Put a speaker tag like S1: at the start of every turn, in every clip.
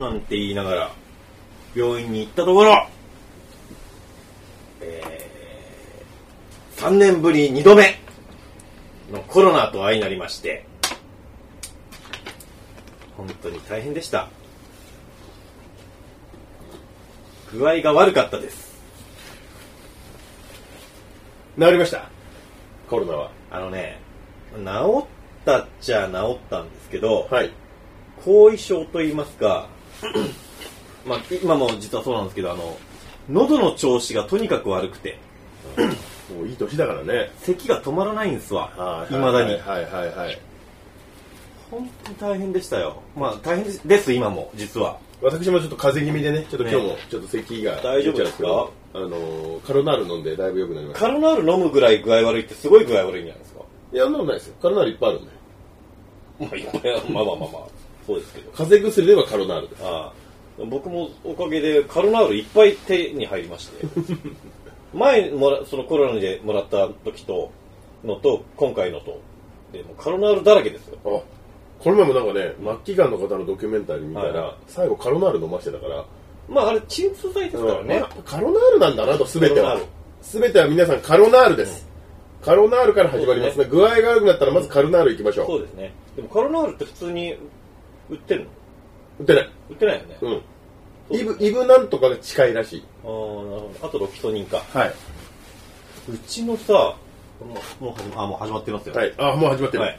S1: なんて言いながら病院に行ったところ、えー、3年ぶり2度目のコロナと相なりまして本当に大変でした具合が悪かったです
S2: 治りましたコロナは
S1: あのね治ったっちゃ治ったんですけど、
S2: はい
S1: 後遺症といいますか、まあ、今も実はそうなんですけどあの喉の調子がとにかく悪くて
S2: もういい年だからね
S1: 咳が止まらないんですわ
S2: はい
S1: まだに
S2: はいはいはい
S1: 本当に大変でしたよまあ大変ですです今も実は
S2: 私もちょっと風邪気味でねちょっと今日も
S1: ね
S2: ちょっと咳が
S1: 大丈夫ですか
S2: 出ちゃうんけどあのーカロナール飲んでだいぶ良くなりました
S1: カロナール飲むぐらい具合悪いってすごい具合悪いんじゃないですか
S2: いやそんなことないですよカロナールいっぱいあるんで
S1: まあいっぱいあるまあまあまあまあそうですけど
S2: 風邪薬ではカロナールです
S1: ああ僕もおかげでカロナールいっぱい手に入りまして前もらそのコロナでもらった時とのと今回のとでもうカロナールだらけですよ
S2: あこの前もなんかね末期がんの方のドキュメンタリー見た
S1: はい
S2: ら最後カロナール飲ましてたから
S1: まああれ鎮痛剤ですから
S2: まあ
S1: ね
S2: やっ、ぱカロナールなんだなと全て
S1: カロナー
S2: は
S1: ル
S2: 全ては皆さんカロナールですカロナールから始まりますね具合が悪くなったらまずカロナールいきましょ
S1: そうですねでもカロナールって普通に売ってるの
S2: う打てない
S1: 売ってないよね、
S2: うんイブイブなんとかが近いらしい
S1: ああなるほどあとロキソニンか
S2: はいう
S1: ちのさもうもう始まあもう始まってますよ
S2: はいあもう始まってる
S1: はい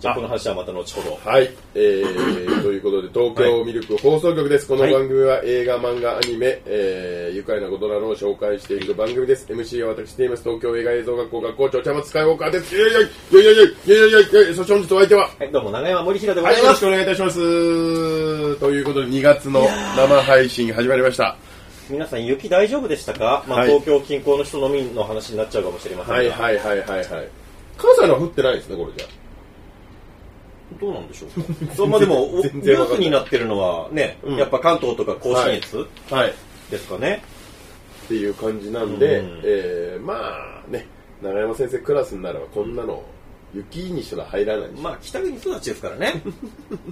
S1: じゃあこの話はまた後ほど
S2: はい、え ー、ということで東京ミルク放送局です、この番組は映画漫画アニメ、えー、愉快なことなどを紹介していく番組です MC は私でいます東京映画映像学校学校長茶松スカイウォーカーですいやいやいやいやいやいやいやいやいやそして本日お相手は
S1: はいどうも長山森平でご
S2: は
S1: ざ
S2: い
S1: い
S2: よ
S1: ま
S2: ろし
S1: す、
S2: くお願いいたしますということで2月の生配信始まりました
S1: 皆さん雪大丈夫でしたか、まあ
S2: はい
S1: 東京近郊の人のみの話になっちゃうかもしれませんが、
S2: はいはいはいはいはい関西のは降ってないですねこれじゃ
S1: どうなんでしょうかそうまあでもおニュ
S2: 全然わ
S1: ー
S2: かんない
S1: スになってるのはね、
S2: うん
S1: やっぱ関東とか甲信越
S2: あはい
S1: ですかね、
S2: っていう感じなんで、
S1: うん
S2: えー、まあね永山先生クラスにならばこんなの雪にしたら入らないし、
S1: ま
S2: ま
S1: あ北国育ちですから ね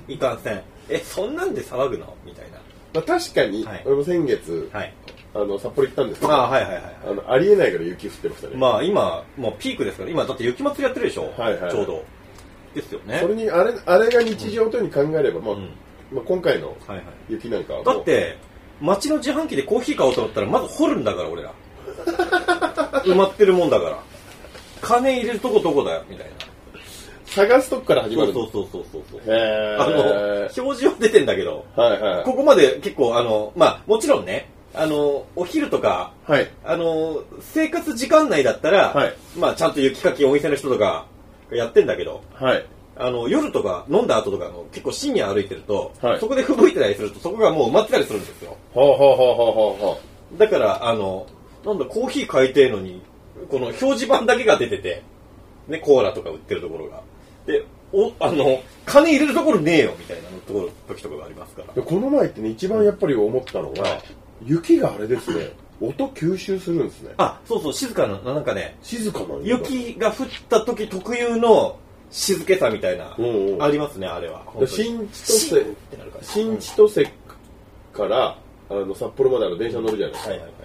S1: いかんせんえそんなんで騒ぐのみたいな
S2: あ、確かに、
S1: はい
S2: 俺も先月、
S1: はい
S2: あの札幌行ったんですけ
S1: ま
S2: どあ
S1: あはいはいはいはい
S2: のありえないから雪降ってましたね、
S1: まあ今もうピークですから今だって雪祭りやってるでしょ、
S2: はいはいはい
S1: ちょうどですよね
S2: それにあれあれが日常というふうに考えれば、まあ
S1: うん
S2: まあ、今回の
S1: はいはい、
S2: 雪なんかはもう
S1: だって街の自販機でコーヒー買おうと思ったらまず掘るんだから 俺ら埋まってるもんだから金入れるとこどこだよみたいな
S2: 探すとこから始ま
S1: そう
S2: る
S1: そうそうそうそうそう
S2: へえ
S1: あの表示は出てんだけど
S2: はいはい
S1: ここまで結構あのまあもちろんねあのお昼とか
S2: はい
S1: あの生活時間内だったら、
S2: はい
S1: まあちゃんと雪かきお店の人とかやってんだけど
S2: はい
S1: あの夜とか飲んだ後とかの結構深夜歩いてると、
S2: はい
S1: そこで吹雪いてたりするとそこがもう埋まってたりするんですよ
S2: ほうほうほうほうほうほ
S1: だからあのなんだコーヒー買いてえのにこの表示板だけが出てて、ね、コーラとか売ってるところがでおあの金入れるところねえよみたいなのところ時とかがありますから
S2: うでこの前ってね一番やっぱり思ったのが、
S1: はい
S2: 雪があれですね音吸収するんですね
S1: あそうそう静かななんかね
S2: 静かなんだ
S1: 雪が降った時特有の静けさみたいな、
S2: うんうん
S1: ありますねあれは本当に
S2: 新千
S1: シ
S2: 歳
S1: ーンってなるから
S2: 新千歳からあの札幌まであの電車乗るじゃないですか、
S1: はいはいはい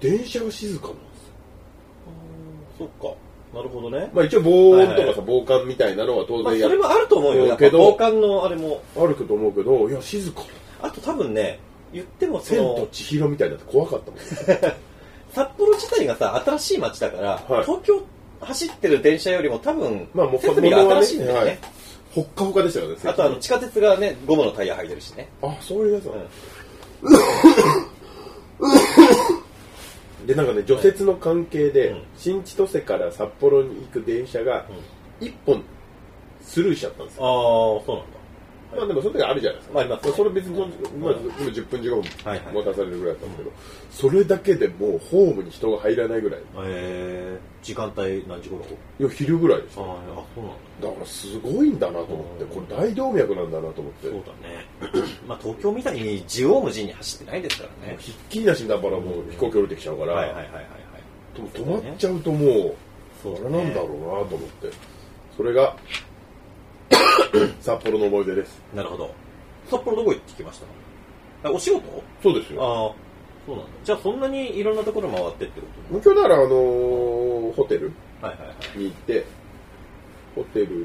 S2: 電車が静かなんですよ、
S1: そっかなるほどね
S2: まあ、一応防音とかさ、
S1: はいはい
S2: 防寒みたいなのは当
S1: まあ、
S2: 然や
S1: それ
S2: る、
S1: もあると思うよ、やっぱ
S2: けど
S1: 防寒のあれも、
S2: あ、ると思うけどいや静か
S1: あと多分ね、言ってもそ
S2: 千と
S1: の、
S2: 千尋みたいになって怖かったもん、ね、
S1: 札幌自体がさ、新しい街だから、
S2: はい
S1: 東京走ってる電車よりも多分、
S2: まあもう
S1: 設備が新しいんだよね、
S2: はいほっかほかでしたよね
S1: あとあの地下鉄がね、ゴムのタイヤ履いてるしね、
S2: あそういうやつなの
S1: うん
S2: でなんかね除雪の関係で、
S1: うん
S2: 新千歳から札幌に行く電車が一本スルーしちゃったんですよ、
S1: そうなんだ、
S2: まあでもその時あるじゃないですか
S1: まあ、あります
S2: それ別にその、まあ、今10分15分
S1: はいはい
S2: 待たされるぐらいだったんですけど、それだけでもうホームに人が入らないぐらい
S1: えー、時間帯何時頃
S2: いや昼ぐらいでし
S1: あ
S2: た
S1: あ、そうなんだ、
S2: だからすごいんだなと思って
S1: う
S2: こ
S1: ん
S2: れ大動脈なんだなと思っ
S1: そ
S2: て
S1: う
S2: も
S1: だね、 まあ東京みたいに縦横無尽に走ってないですから
S2: う
S1: ね、
S2: ひっきりなしにだからもう飛行機降りてきちゃうから、
S1: はいはいはいはい、はい、
S2: でも止まっちゃうともう
S1: そう
S2: あ
S1: だ
S2: れ
S1: ね
S2: なんだろうなと思ってそれ が札幌の思い出です
S1: なるほど、札幌どこ行ってきましたあお仕事
S2: そうですよ。
S1: ああ、そうなんだ。じゃあそんなにいろんなところ回ってってこと
S2: 今日だから、あのーホテル
S1: はいはいはい。
S2: に行って、ホテルに行っ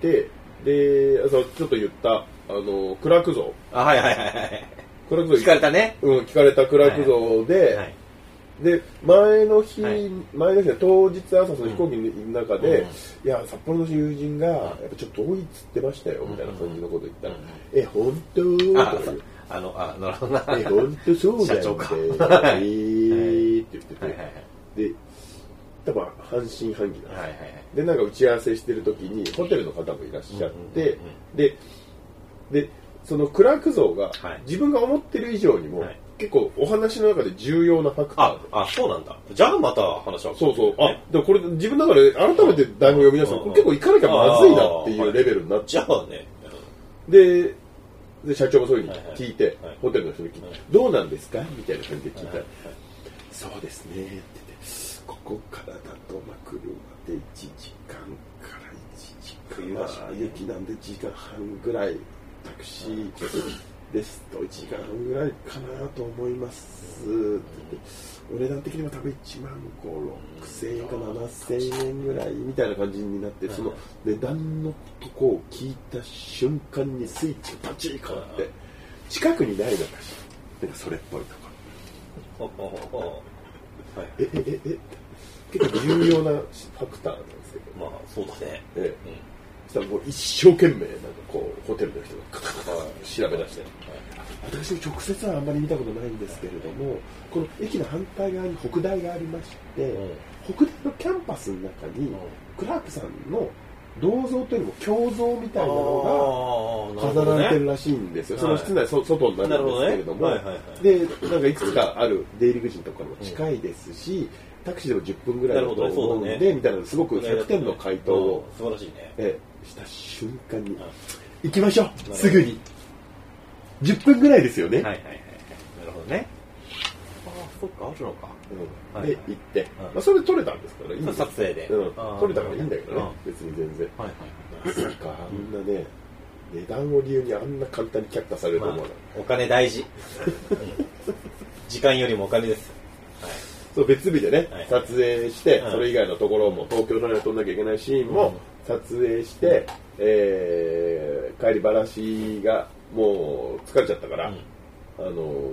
S2: て、で、そうちょっと言った、あのークラク像。
S1: あ、はいはいはいはい。
S2: クラク像
S1: 聞かれたね。
S2: うん、聞かれたクラク像で、
S1: はい。
S2: で前の日、
S1: はい
S2: 前の日は当日朝その飛行機の中で、
S1: うん
S2: いや札幌の友人がやっぱちょっと多いっつってましたよみたいな感じのこと言ったら、
S1: うん
S2: え本当と
S1: あ
S2: か言う
S1: あの、あ、なるほどな。は
S2: え
S1: いはい
S2: 本当そうだ
S1: 社長
S2: よね
S1: か
S2: えーって言ってて、
S1: はいはい。
S2: で多分半信半疑なんですよ
S1: はいはいはい。
S2: でなんか打ち合わせしてる時にホテルの方もいらっしゃって、
S1: うんうんうん
S2: ででそのクラーク像が
S1: はい
S2: 自分が思ってる以上にも、
S1: はい
S2: 結構お話の中で重要なファクター
S1: あ
S2: で、
S1: あ、そうなんだ。じゃあまた話は。
S2: そうそう。あ、でもこれ自分だから改めて台本読み出す
S1: うん
S2: と結構行かなきゃまずいなっていうレベルになっち
S1: じ
S2: ゃ
S1: ゃあね。
S2: う。で、で社長もそういうふうに聞いて
S1: はいはい、
S2: ホテルの人に聞い
S1: はい
S2: て、どうなんですかみたいな感じで聞いたら
S1: は、
S2: そうですねって言って、ここからだとまあ車で1時間から1時
S1: 冬
S2: 間、
S1: だしね
S2: まあ雪なんで1時間半ぐらいタクシーですと1時間半ぐらいかなと思いますって言ってお値段的にも多分1万5 6000円か7000円ぐらいみたいな感じになってその値段のとこを聞いた瞬間にスイッチがパチッ変わって近くにないのかしらなんかそれっぽいとこ
S1: ほほほほはい。
S2: ええええ結構重要なファクターなんですけど、
S1: まあ、そうだね。
S2: ええ
S1: うん。
S2: そしたらもう一生懸命なんかこうホテルの人がカタカタカタ調べ出して私も直接はあんまり見たことないんですけれどもこの駅の反対側に北大がありまして、
S1: うん
S2: 北大のキャンパスの中に、
S1: うん
S2: クラークさんの銅像というよりも胸像み
S1: あ
S2: たいなの
S1: あ、
S2: が
S1: なる
S2: 飾
S1: ほど
S2: られて
S1: ね。
S2: るらしいんですよ、
S1: はい
S2: その室内、そ外にな
S1: な
S2: る
S1: る
S2: ん
S1: ほど
S2: ですけ
S1: ね
S2: れ。ども
S1: はいはいはい。
S2: でなんかいくつかある出入り口のところも近いですし、タクシーでも10分ぐらいだと
S1: なるほど
S2: 思う
S1: ねそ
S2: ん
S1: うだ
S2: で、
S1: ね
S2: みたいなすごく100点の回答を、
S1: うん素晴らしいね。
S2: ええした瞬間に、
S1: はい
S2: 行きましょ
S1: ほ
S2: う
S1: ど
S2: すぐに10分ぐらいですよね、
S1: はいはいはい。なるほどね。ああ、そっか、あるのか。
S2: うん
S1: はい
S2: で行って、
S1: うん
S2: まあ、それ撮れたんですからいいんです
S1: 撮影で。
S2: うん
S1: あー
S2: 撮れたからいいんだけどね、
S1: うん
S2: 別に全然
S1: はいはい。
S2: まさかあんなね値段を理由にあんな簡単に却下されると
S1: まあ
S2: 思わない、
S1: お金大事。時間よりもお金です。
S2: そう別日でね、
S1: はい
S2: 撮影して、
S1: うん
S2: それ以外のところも東京の撮んなきゃいけないシーン
S1: うん
S2: も撮影して、えー帰りばらしがもう疲れちゃったから、
S1: うん
S2: あの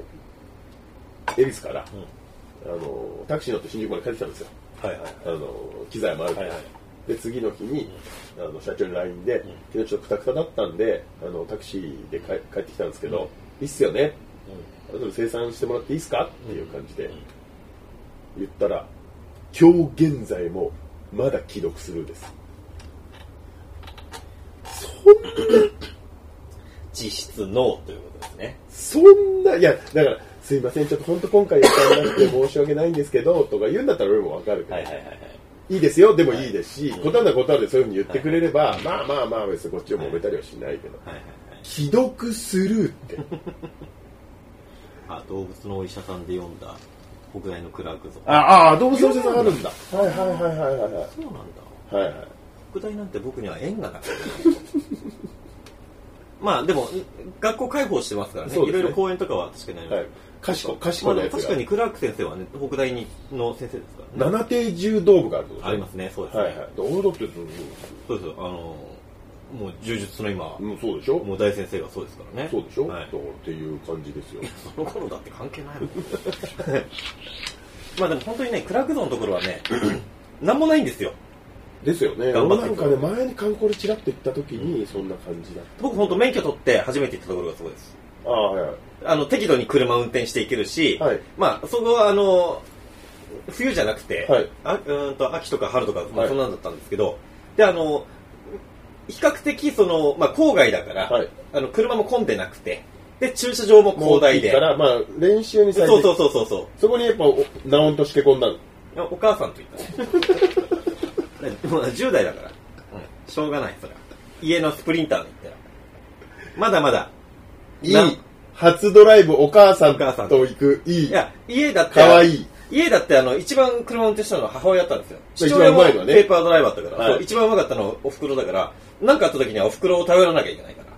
S2: 恵比寿から、
S1: うん
S2: あのタクシー乗って新宿まで帰ってきたんですよ
S1: はいはい。
S2: あの機材もあるから、
S1: はいはい
S2: で次の日に、あの社長に LINE で、昨日ちょっとクタクタだったんであのタクシーで帰帰ってきたんですけど、いいっすよねあとで生産してもらっていいっすかっていう感じで言ったら今日現在もまだ既読スルーです
S1: 実質ノーということですね。
S2: そんないやだからすいませんちょっと本当今回予算なくて申し訳ないんですけどとか言うんだったら俺もわかるけど、
S1: はい
S2: い
S1: はいはいはい。
S2: いですよでもいいですし、答えなら答えでそういうふうに言ってくれれば、まあまあまあ別にこっちを揉めたりはしないけど、
S1: はいはいはい。
S2: 既読スルーって
S1: あ、動物のお医者さんで読んだ北大のクラーク像。
S2: ああ動物のお医者さんあるんだはいはいはいはいはいはい
S1: そうなんだ。
S2: はいはい
S1: 北大なんて僕には縁がな かった。まあでも、学校開放してますからね。
S2: そう
S1: い
S2: です
S1: ろ
S2: ね
S1: いろ講演とかは確かにあります
S2: はい賢い
S1: ま
S2: 賢
S1: あ
S2: い
S1: で
S2: な
S1: も
S2: や
S1: 確
S2: つが
S1: かにクラーク先生はね、北大にの先生ですからね。
S2: 七手柔道部があるってこと
S1: ありますね、そうですね。
S2: はいはい俺だって
S1: そうですよ、あの、もう柔術の今、
S2: うんそうでしょ
S1: もう大先生がそうですからね。
S2: そうでしょ、
S1: はい
S2: だからっていう感じですよ
S1: その 頃だって関係ないもん。まあでも本当にね、クラーク像のところはね、 なんもないんですよ。
S2: ですよね
S1: 頑張
S2: 俺
S1: って
S2: なんかね前に観光でチラッと行った時にそんな感じだっ
S1: 僕本当免許取って初めて行ったところがそうです。
S2: たああはいはい
S1: あの、適度に車運転していけるし、
S2: はい
S1: まあそこはあの、冬じゃなくて、
S2: はい
S1: あうーんと秋とか春とか、ま
S2: は
S1: あ、
S2: い
S1: そんなんだったんですけど、で、あの、比較的その、まあ郊外だから、
S2: はい
S1: あの車も混んでなくて、で、駐車場も広大で
S2: もう行った、らまあ練習に最
S1: そう
S2: 適
S1: そうそうそうそう。
S2: そこにやっぱおナオンとしてこんなの
S1: お母さんと行 ったのもう10代だから、しょうがないそれは家のスプリンターで行ったらまだまだ
S2: いい初ドライブお母さん
S1: お母さん
S2: と行くい
S1: い
S2: い
S1: や家だって
S2: かわいい
S1: 家だってあの一番車運転したのは母親だったんですよ
S2: そう
S1: 父親も
S2: 一番うまいのはね
S1: ペーパードライバーだったから、
S2: はい
S1: そう一番うまかったのはおふくろだから何かあった時にはおふくろを頼らなきゃいけないから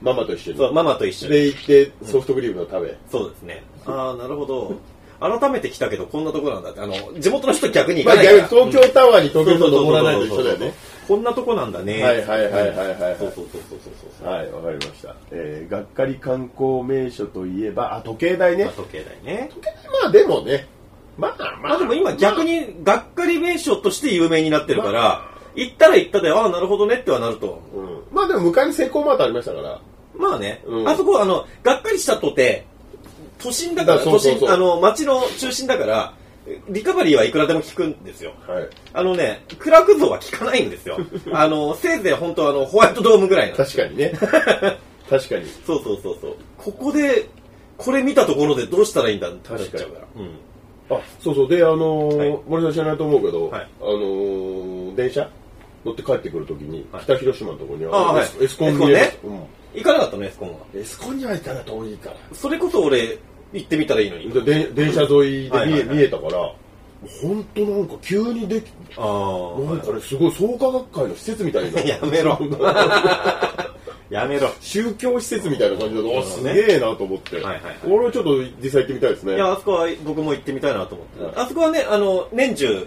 S2: ママと一緒に
S1: そう、ママと一緒に。
S2: で行ってソフトクリームを食べ、
S1: そうですね。ああ、なるほど。改めて来たけど、こんなところなんだって。あの、地元の人逆に行
S2: まあ
S1: かないから。
S2: 逆に東京タワーに東京
S1: そ
S2: と
S1: うそう
S2: 登
S1: そう
S2: ら
S1: そう
S2: ないと一緒だよね
S1: こんなとこなんだね。
S2: はいはいはいはいはいはい
S1: そうそうそうそうそうそう。
S2: はいわかりました、えー、がっかり観光名所といえばあ時計台ね
S1: まあ時計台ね。
S2: まあでもねまあま
S1: まあでも今逆に、がっかり名所として有名になってるから、行ったら行ったで、ああ、なるほどねってはなると思う。
S2: うん、まあでも向かいにセイコーマートありましたから
S1: まあね、
S2: うん
S1: あそこはあの、がっかりしたとて、都心だから、
S2: だそうそうそう
S1: 都心、あの、街の中心だから、リカバリーはいくらでも効くんですよ。
S2: はい
S1: あのね、暗く像は効かないん ですよ。あの、せいぜい本当あの、ホワイトドームぐらいなの。
S2: 確かに ね確かに
S1: そうそうそうそう。ここで、これ見たところでどうしたらいいんだってなっちゃうから。うん。
S2: あそうそうであのー
S1: はい
S2: 森さん知らないと思うけど、
S1: はい
S2: あのー電車乗って帰ってくるときに、
S1: はい
S2: 北広島のところに
S1: あはい
S2: エスエスコンに
S1: エス行かなかったの、エスコンは。
S2: うん、エスコンには行ったら遠いから
S1: それこそ俺、行ってみたらいいのに。
S2: でで電車沿いで見え,、
S1: はいはいはい
S2: 見えたから本当なんか急にでき
S1: ああ。
S2: なんかねすごい創価学会の施設みたい な
S1: やめろ。やめろ。
S2: 宗教施設みたいな感じで、おすげえなと思って、
S1: はいはいはい
S2: 俺はちょっと実際行ってみたいですね
S1: いや、あそこは僕も行ってみたいなと思って。あそこはね、あの、年中、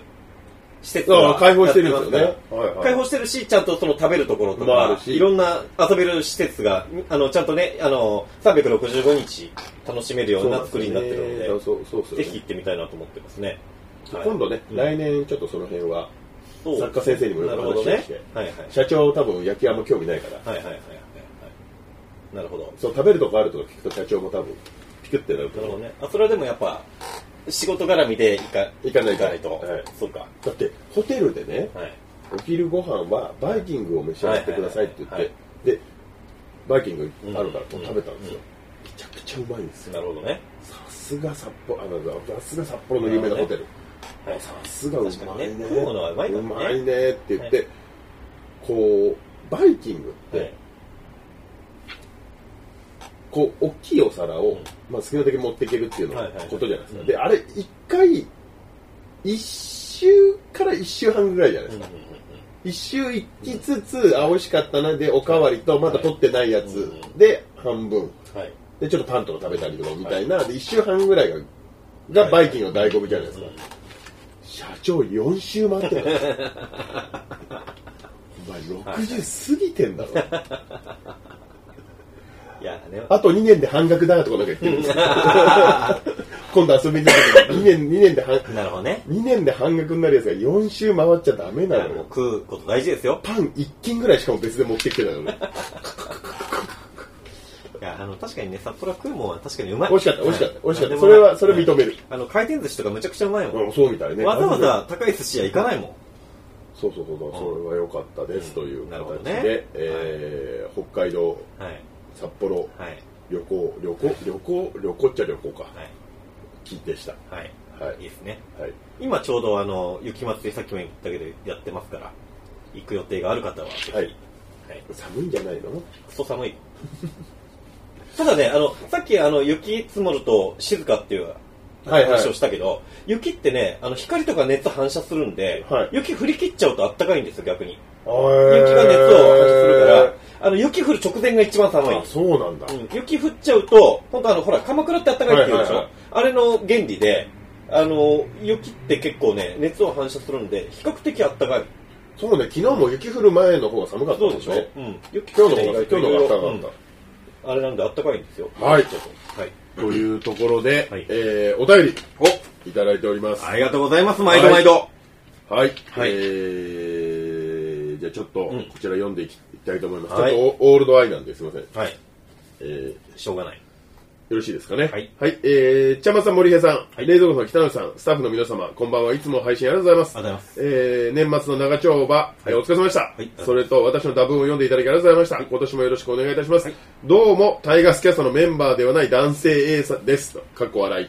S1: 施設
S2: あ
S1: が
S2: あ開放してるんですよね
S1: やってますから
S2: はいはい
S1: 開放してるし、ちゃんとその食べるところとか、
S2: まああるし
S1: いろんな遊べる施設が、あの、ちゃんとね、あの、365日楽しめるような作りになってるので、
S2: そうそうそう
S1: ぜひ行ってみたいなと思ってますね。はい
S2: 今度ね、
S1: うん
S2: 来年ちょっとその辺は
S1: そう
S2: 作家先生にもよ
S1: な
S2: く
S1: る
S2: お
S1: ほ
S2: 話
S1: ど
S2: を
S1: ね
S2: して。
S1: はいはい。
S2: 社長多分焼きあんま興味ないから
S1: はいはいはいはいはい。なるほど。
S2: そう食べるとこあるとか聞くと社長も多分ピクってなるか
S1: な
S2: ら
S1: るほどね。あ、それはでもやっぱ、仕事絡みで行か
S2: 行かない
S1: 行かないと。
S2: はい
S1: そうか。
S2: だってホテルでね
S1: はい。
S2: お昼ご飯はバイキングを召し上がってくださいって言って、
S1: はいはい
S2: でバイキングあるから
S1: うん
S2: 食べたんです
S1: う
S2: よ、
S1: ん
S2: めちゃくちゃうまいんですよ
S1: なるほどね。
S2: さすが札幌あのさすが札幌の有名なホテル、
S1: はい。
S2: さすがうま
S1: 確か
S2: い
S1: に
S2: ね
S1: ね食うものはうまいから
S2: う
S1: ね
S2: まいねって言って、
S1: は
S2: こうバイキングって、
S1: はい
S2: こう大きいお皿を、
S1: うん
S2: まあ、好きなだけ持っていけるっていうの
S1: はいはいはい
S2: ことじゃないですか、
S1: うん
S2: であれ一回一周から一周半ぐらいじゃないですか、一周行きつつあ美味しかったなでおかわりとまだ取ってないやつ
S1: はい
S2: で半分
S1: はい。
S2: でちょっとパンとか食べたりとかみたいな、で一周半ぐらいががバイキングの醍醐味じゃないですか、社長4周回ってたお前60過ぎてんだろ
S1: いや、ね、
S2: あと2年で半額だとかなんか言ってるんですよ今度遊びに行った時2年2年で半
S1: なるほどね。
S2: 2年で半額になるやつが4周回っちゃダメなの
S1: もう
S2: よ
S1: 食うこと大事ですよ。
S2: パン1斤ぐらいしかも別で持ってきてたのね
S1: いや、あの、確かにね、札幌は食うもんは確かにうまい。
S2: 美味しかった美味しかった美
S1: はい
S2: 味しかっ
S1: なんでも
S2: たそ
S1: ない
S2: れはそれ認める
S1: はいあの、回転寿司とかむちゃくちゃうまいもん。
S2: うんそうみたいね
S1: わざわざ高い寿司屋行かないもん。
S2: そうそうそう、まあ、それは良かったです、という
S1: なるほど
S2: 形で、
S1: ね
S2: えー北海道、
S1: はい。
S2: 札幌、
S1: はい。
S2: 旅行、旅行、旅行、旅行っちゃ旅行か、
S1: はい。
S2: でした。
S1: はい。
S2: はい
S1: いいですね。
S2: はい、
S1: 今ちょうどあの、雪祭りさっきも言ったけど、やってますから、行く予定がある方は、
S2: は
S1: は
S2: い
S1: い。
S2: 寒いんじゃないの
S1: クソ寒い。 ただね、あの、さっきあの、雪積もると静かっていう
S2: はいはい
S1: 話をしたけど、雪ってね、あの、光とか熱反射するんで、
S2: はい
S1: 雪降り切っちゃうと暖かいんですよ、逆に。
S2: 雪
S1: 雪が熱を反射するから、あの、雪降る直前が一番寒い
S2: あ、。そうなんだ。
S1: うん雪降っちゃうと、本当あの、ほら、鎌倉って暖かいって言うでしょ、
S2: はいはいはい
S1: あれの原理で、あの、雪って結構ね、熱を反射するんで、比較的暖かい。
S2: そうね、昨日も雪降る前の方が寒かった
S1: そう
S2: で
S1: で
S2: し
S1: し
S2: ょ
S1: ょうん。雪
S2: 今日
S1: ってね
S2: の方が、
S1: 意外
S2: 今
S1: と
S2: 日の方が
S1: いろ
S2: 暖
S1: い
S2: か
S1: ろ
S2: かっ
S1: うんあれなんで暖かいんですよ。
S2: た。はい、
S1: はい。
S2: というところで、
S1: はい
S2: えーお便
S1: お
S2: りいただいております。
S1: ありがとうございます、毎度毎度。
S2: はい、
S1: はい
S2: えー、じゃあちょっとこ
S1: ん
S2: ちら読んでいきたいと思います、
S1: はい
S2: ちょっとオールドアイなんですいません、
S1: はい。
S2: えー、よ
S1: しょうがない。
S2: ろしいですかね
S1: はい
S2: えー、ちゃまさん森平さん、
S1: い
S2: 冷蔵庫さん北野さんスタッフの皆様こんばんはいつも配信ありがとうございます
S1: ありがとうございます
S2: えー、年末の長丁場、えーお疲れ様でした、
S1: い
S2: それと私の打文を読んでいただきありがとうございました、今年もよろしくお願いいたします、どうもタイガースキャストのメンバーではない男性 A さんですと過去笑い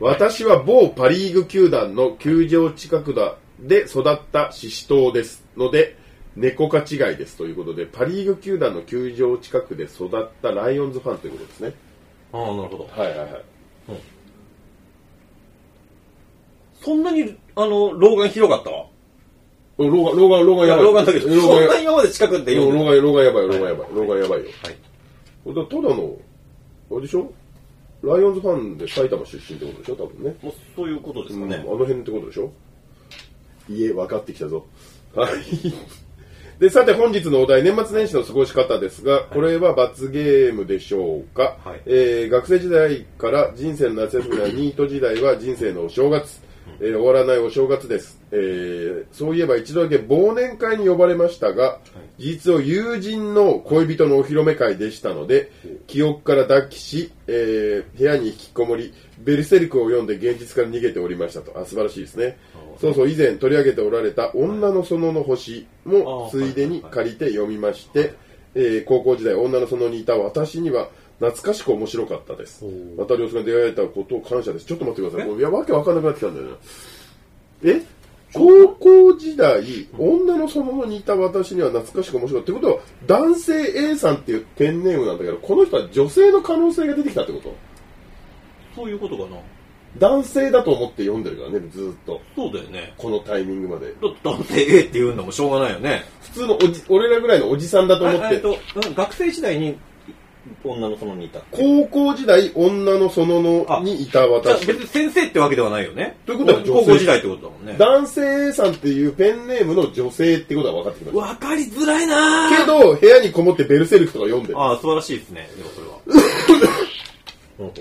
S2: 私は某パ・リーグ球団の球場近くだで育ったシシトウですので猫か違いですということでパ・リーグ球団の球場近くで育ったライオンズファンということですね
S1: ああ、なるほど。
S2: はいはいはい
S1: そんなに、あの、老眼広かった
S2: 老眼、老眼、老眼
S1: いや、
S2: やばい。
S1: 老眼だけど、
S2: 老
S1: そんな
S2: 眼や
S1: 今まで近くで読ん
S2: 老
S1: で
S2: 眼、老眼やばいよ、老眼やば
S1: はい
S2: い。老眼やばいよ。
S1: た。はい。
S2: これだただの、あれでしょライオンズファンで埼玉出身ってことでしょ多分ね。
S1: もうそういうことですか
S2: うんあ
S1: ね。
S2: の辺ってことでしょ家分かってきたぞ。はい。で、さて本日のお題、年末年始の過ごし方ですが、これは罰ゲームでしょうか、
S1: はい
S2: えー学生時代から人生の夏休みやニート時代は人生のお正月、えー終わらないお正月です、えーそういえば一度だけ忘年会に呼ばれましたが、実は友人の恋人のお披露目会でしたので、記憶から脱起し、えー部屋に引きこもり、ベルセルクを読んで現実から逃げておりましたと。あ、素晴らしいですね。そうそう、以前取り上げておられた女の園の星も
S1: はい
S2: ついでに借りて読みまして、えー高校時代女の園にいた私には懐かしく面白かったです
S1: お。
S2: 渡りおすが出会えたことを感謝です。ちょっと待ってください。もういや、わけわかんなくなってきたんだよね。え高校時代、女の園のにいた私には懐かしく面白い。ってことは、男性 A さんっていうペンネームなんだけど、この人は女性の可能性が出てきたってこと
S1: そういうことかな。
S2: 男性だと思って読んでるからね、ずーっと。
S1: そうだよね。
S2: このタイミングまで。
S1: だって男性 A って言うのもしょうがないよね。
S2: 普通のおじ、俺らぐらいのおじさんだと思っ、
S1: えってと、うん学生時代に女の園にいた。
S2: 高校時代、女の園のにいた
S1: じゃあ
S2: 私。
S1: 別に先生ってわけではないよね。
S2: ということは女性
S1: 高校時代ってことだもんね。
S2: 男性 A さんっていうペンネームの女性ってことは分かってきまし
S1: わかりづらいな
S2: た。けど、部屋にこもってベルセルクとか読んでる。
S1: ああ、素晴らしいですね。でも それは。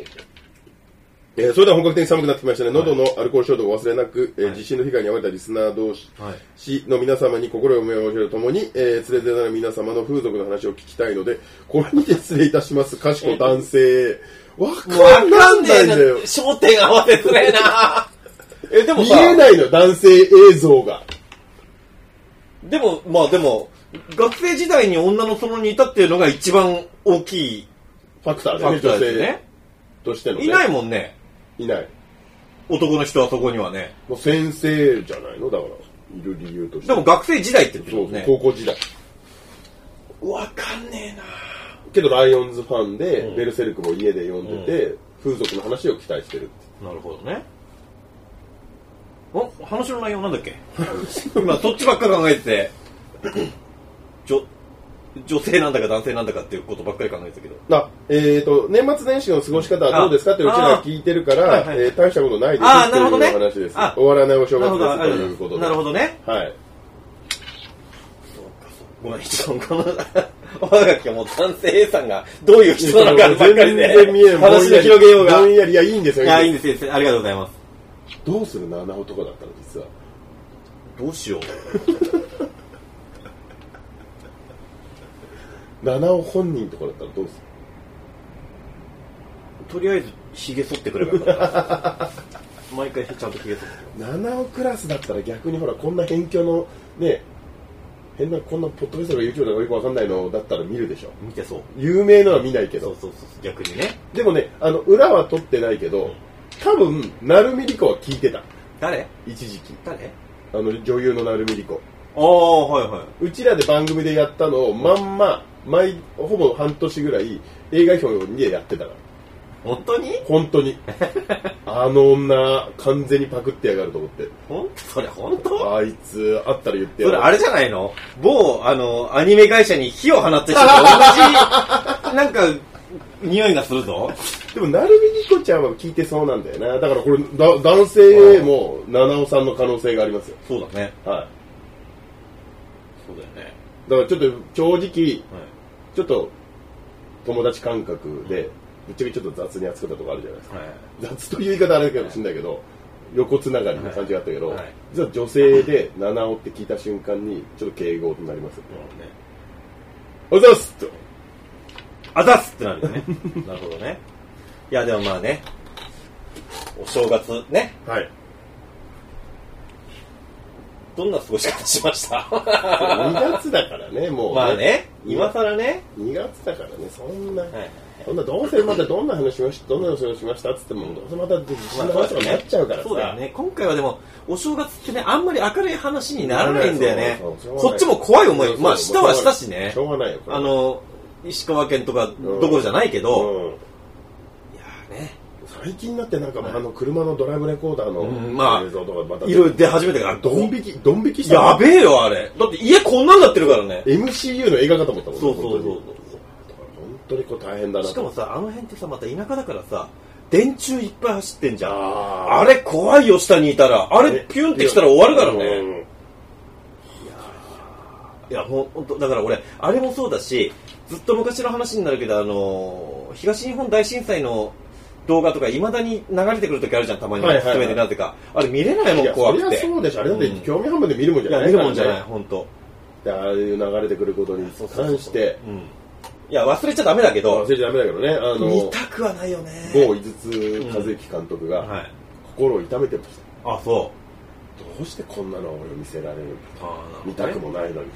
S2: えーそれでは本格的に寒くなってきましたね、喉のアルコール消毒を忘れなく、えー地震の被害に遭われたリスナー同士
S1: はい
S2: 市の皆様に心を思いをるともに、えー連れてなら皆様の風俗の話を聞きたいので、これにて失礼いたします、かしこ男性。わかんないんだよ。
S1: 焦点合わせづらいな え、でも
S2: 見
S1: さ、
S2: えないのよ、男性映像が。
S1: でも、まあでも、学生時代に女の園にいたっていうのが一番大きい
S2: ファクター
S1: フ
S2: で
S1: ァ
S2: ね、
S1: クタ
S2: 女
S1: ーですよ
S2: 性
S1: ね。
S2: としての、ね。
S1: いないも
S2: も
S1: んね。
S2: ん。いない。
S1: 男の人はそこにはね。
S2: もう先生じゃないの、だから。いる理由として。
S1: でも学生時代って言ってるも
S2: そうんそう、
S1: ね。
S2: 高校時代。
S1: わかんねえな
S2: けど、ライオンズファンで、ベルセルクも家で読んでて、風俗の話を期待してるって。
S1: なるほどね。お話の内容なんだっけ 今、そっちばっか考えてて、女、女性なんだか男性なんだかっていうことばっかり考えてたけど。
S2: あえー、と年末年始の過ごし方はどうですかってうちらが聞いてるから、
S1: あーはいはい
S2: えー大したことないです
S1: あー
S2: ってい
S1: なる
S2: う
S1: ほどね
S2: お話です、
S1: あ
S2: 終わらないお正
S1: なるほど、あ
S2: 月
S1: り
S2: です
S1: が
S2: と
S1: とうございます
S2: いうことで
S1: なるほどね。
S2: はい、
S1: ごめん、一番この、 おはがきがもう男性 A さんがどういう人なのかばっ
S2: 全
S1: かりで、
S2: 然見えん
S1: 話の広げようが。
S2: ぼん
S1: い
S2: やりいやいいんですよ
S1: や、いいんですよいいんです、ありがとうございます。
S2: どうするなあの男だったら実は
S1: どうしよう。
S2: 七尾本人とかだったらどうする
S1: とりあえず、髭剃ってくればよかった。 毎回ちゃんと�げ剃ってく
S2: 七尾クラスだったら逆にほらこんな辺境のね変なこんなポッドキャストが YouTube とかよくわかんないのだったら見るでしょ
S1: れ見てそう。
S2: 有名のは見ないけ
S1: そう
S2: ど
S1: そうそう、逆にね。
S2: でもねあの裏は取ってないけど多分成海理子は聞いてた
S1: 誰
S2: 一時期
S1: 誰
S2: あの女優の成海理子
S1: ああ、はいは
S2: うちらで番組でやったのをまんま毎ほぼ半年ぐらい映画表にやってたから
S1: い。本当に
S2: 本当にあの女完全にパクってやがると思って
S1: ほんそれ本当そ
S2: あいつあったら言ってや
S1: れ
S2: ろう
S1: あれじゃないの某、あの、アニメ会社に火を放った人と 同じ、なんか、匂いがするぞ。
S2: でもなるみにこちゃんは聞いてそうなんだよなだからこれだ男性も七尾さんの可能性がありますよ
S1: そうだね。
S2: は
S1: そうだよね。
S2: いだからちょっと正直
S1: はい。
S2: ちょっと友達感覚でぶっちゃけちょっと雑に扱ったとこあるじゃないですか
S1: はい、
S2: 雑という言い方あれかもしれないけど横つながりな感じがあったけど、
S1: はいはい
S2: 実は女性で七尾って聞いた瞬間にちょっと敬語になりますよ
S1: なるほどね。
S2: おはようございますと
S1: あざっすってなるよね。なるほどね。いや、でもまあね、お正月ね、
S2: はい
S1: どんな過ごし方しました
S2: 2月だからねもう、
S1: まあね、今更ね。
S2: 2月だからねそんな、
S1: はい。
S2: そんなどうせまたどんな話しましたどんな話をしましたっつってもどうせまた自信の話とかになっちゃうからさ、
S1: そうだよね。今回はでも、お正月ってね、あんまり明るい話にならないんだよね
S2: そうそう。そう
S1: こっちも怖い思
S2: そ
S1: い、
S2: うそう
S1: まあ、したはしたしね
S2: し。ょうがないよこれ
S1: あの、石川県とかどころじゃないけど、
S2: うん
S1: いやーね、
S2: 最近だってなんか、あの車のドライブレコーダー
S1: うんまあ
S2: の映像とかまた、
S1: いろいろ出始めてから、
S2: ド
S1: ど
S2: ン
S1: ん
S2: 引きドン引きした
S1: やべえよ、あれ。だって家こんなんなってるからね。
S2: MCU の映画かと思ったもんね
S1: そうそうそう
S2: 本当にだから本当にこう大変だな
S1: しかもさ、あの辺ってさ、また田舎だからさ、電柱いっぱい走ってんじゃん。
S2: あー
S1: あれ怖いよ、下にいたら。あれ
S2: ね、
S1: ピュンって来たら終わるからね。
S2: うん
S1: いや、ほんほんと、だから俺、あれもそうだし、ずっと昔の話になるけど、あのー東日本大震災の動画とか、いまだに流れてくるときあるじゃん、たまに。
S2: はいはいはい
S1: 詰めてなぜか。あれ見れない
S2: い
S1: もん、
S2: や
S1: 怖く
S2: そりゃ
S1: て。
S2: そうでしょあれだって
S1: うん
S2: 興味半分で見るもんじ
S1: い
S2: ゃ
S1: や、
S2: ない
S1: 見る
S2: から
S1: もんじゃない、
S2: ね
S1: ほんと。
S2: でああいう流れてくることに関して
S1: うん。いや、忘れちゃダメだけ
S2: 忘
S1: ど、
S2: れちゃダメだけどねあ
S1: 見
S2: の
S1: たくはないよね。
S2: 某井筒和之監督
S1: は
S2: が
S1: い。
S2: 心を痛めてました
S1: あ、そう。
S2: どうしてこんなのを俺見せられるんだ
S1: あ
S2: 見たくもないのに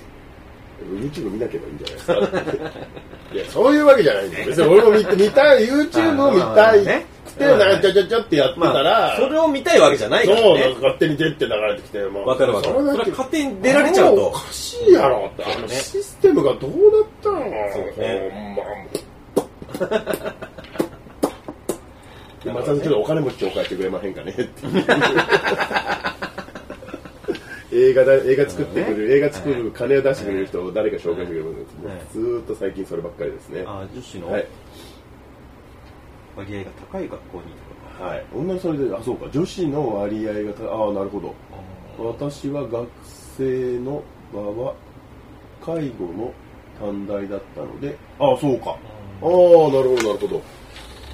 S2: YouTube 見なければいいんじ ゃないですかいやそういうわけじゃないんですよ別に俺も見て見たい YouTube を見たい
S1: ね
S2: くてなんかちゃちゃちゃってやってた
S1: まあ、
S2: ら
S1: それを見たいわけじゃないから
S2: そうなん
S1: ね
S2: か。勝手に出って流れてきてまあ
S1: わかるわかる。
S2: れ
S1: そ
S2: だ
S1: れは
S2: って
S1: 勝手に出られちゃう
S2: あお
S1: と。
S2: かしいやろってあのシステムがどうなったの
S1: そうね
S2: ほんまもうまたちょっとお金持ちを返してくれまへんかねって映画だ映画作ってくれる、映画作る金を出してくれる人を誰か紹介してくれる、
S1: はい
S2: ずーっと最近そればっかりですねは
S1: あ、女子の
S2: い、
S1: 割合が高い学校に行くとか。
S2: はい、女それであそうか女子の割合がたああなるほど私は学生の場は介護の短大だったのでああそうかああなるほどなるほど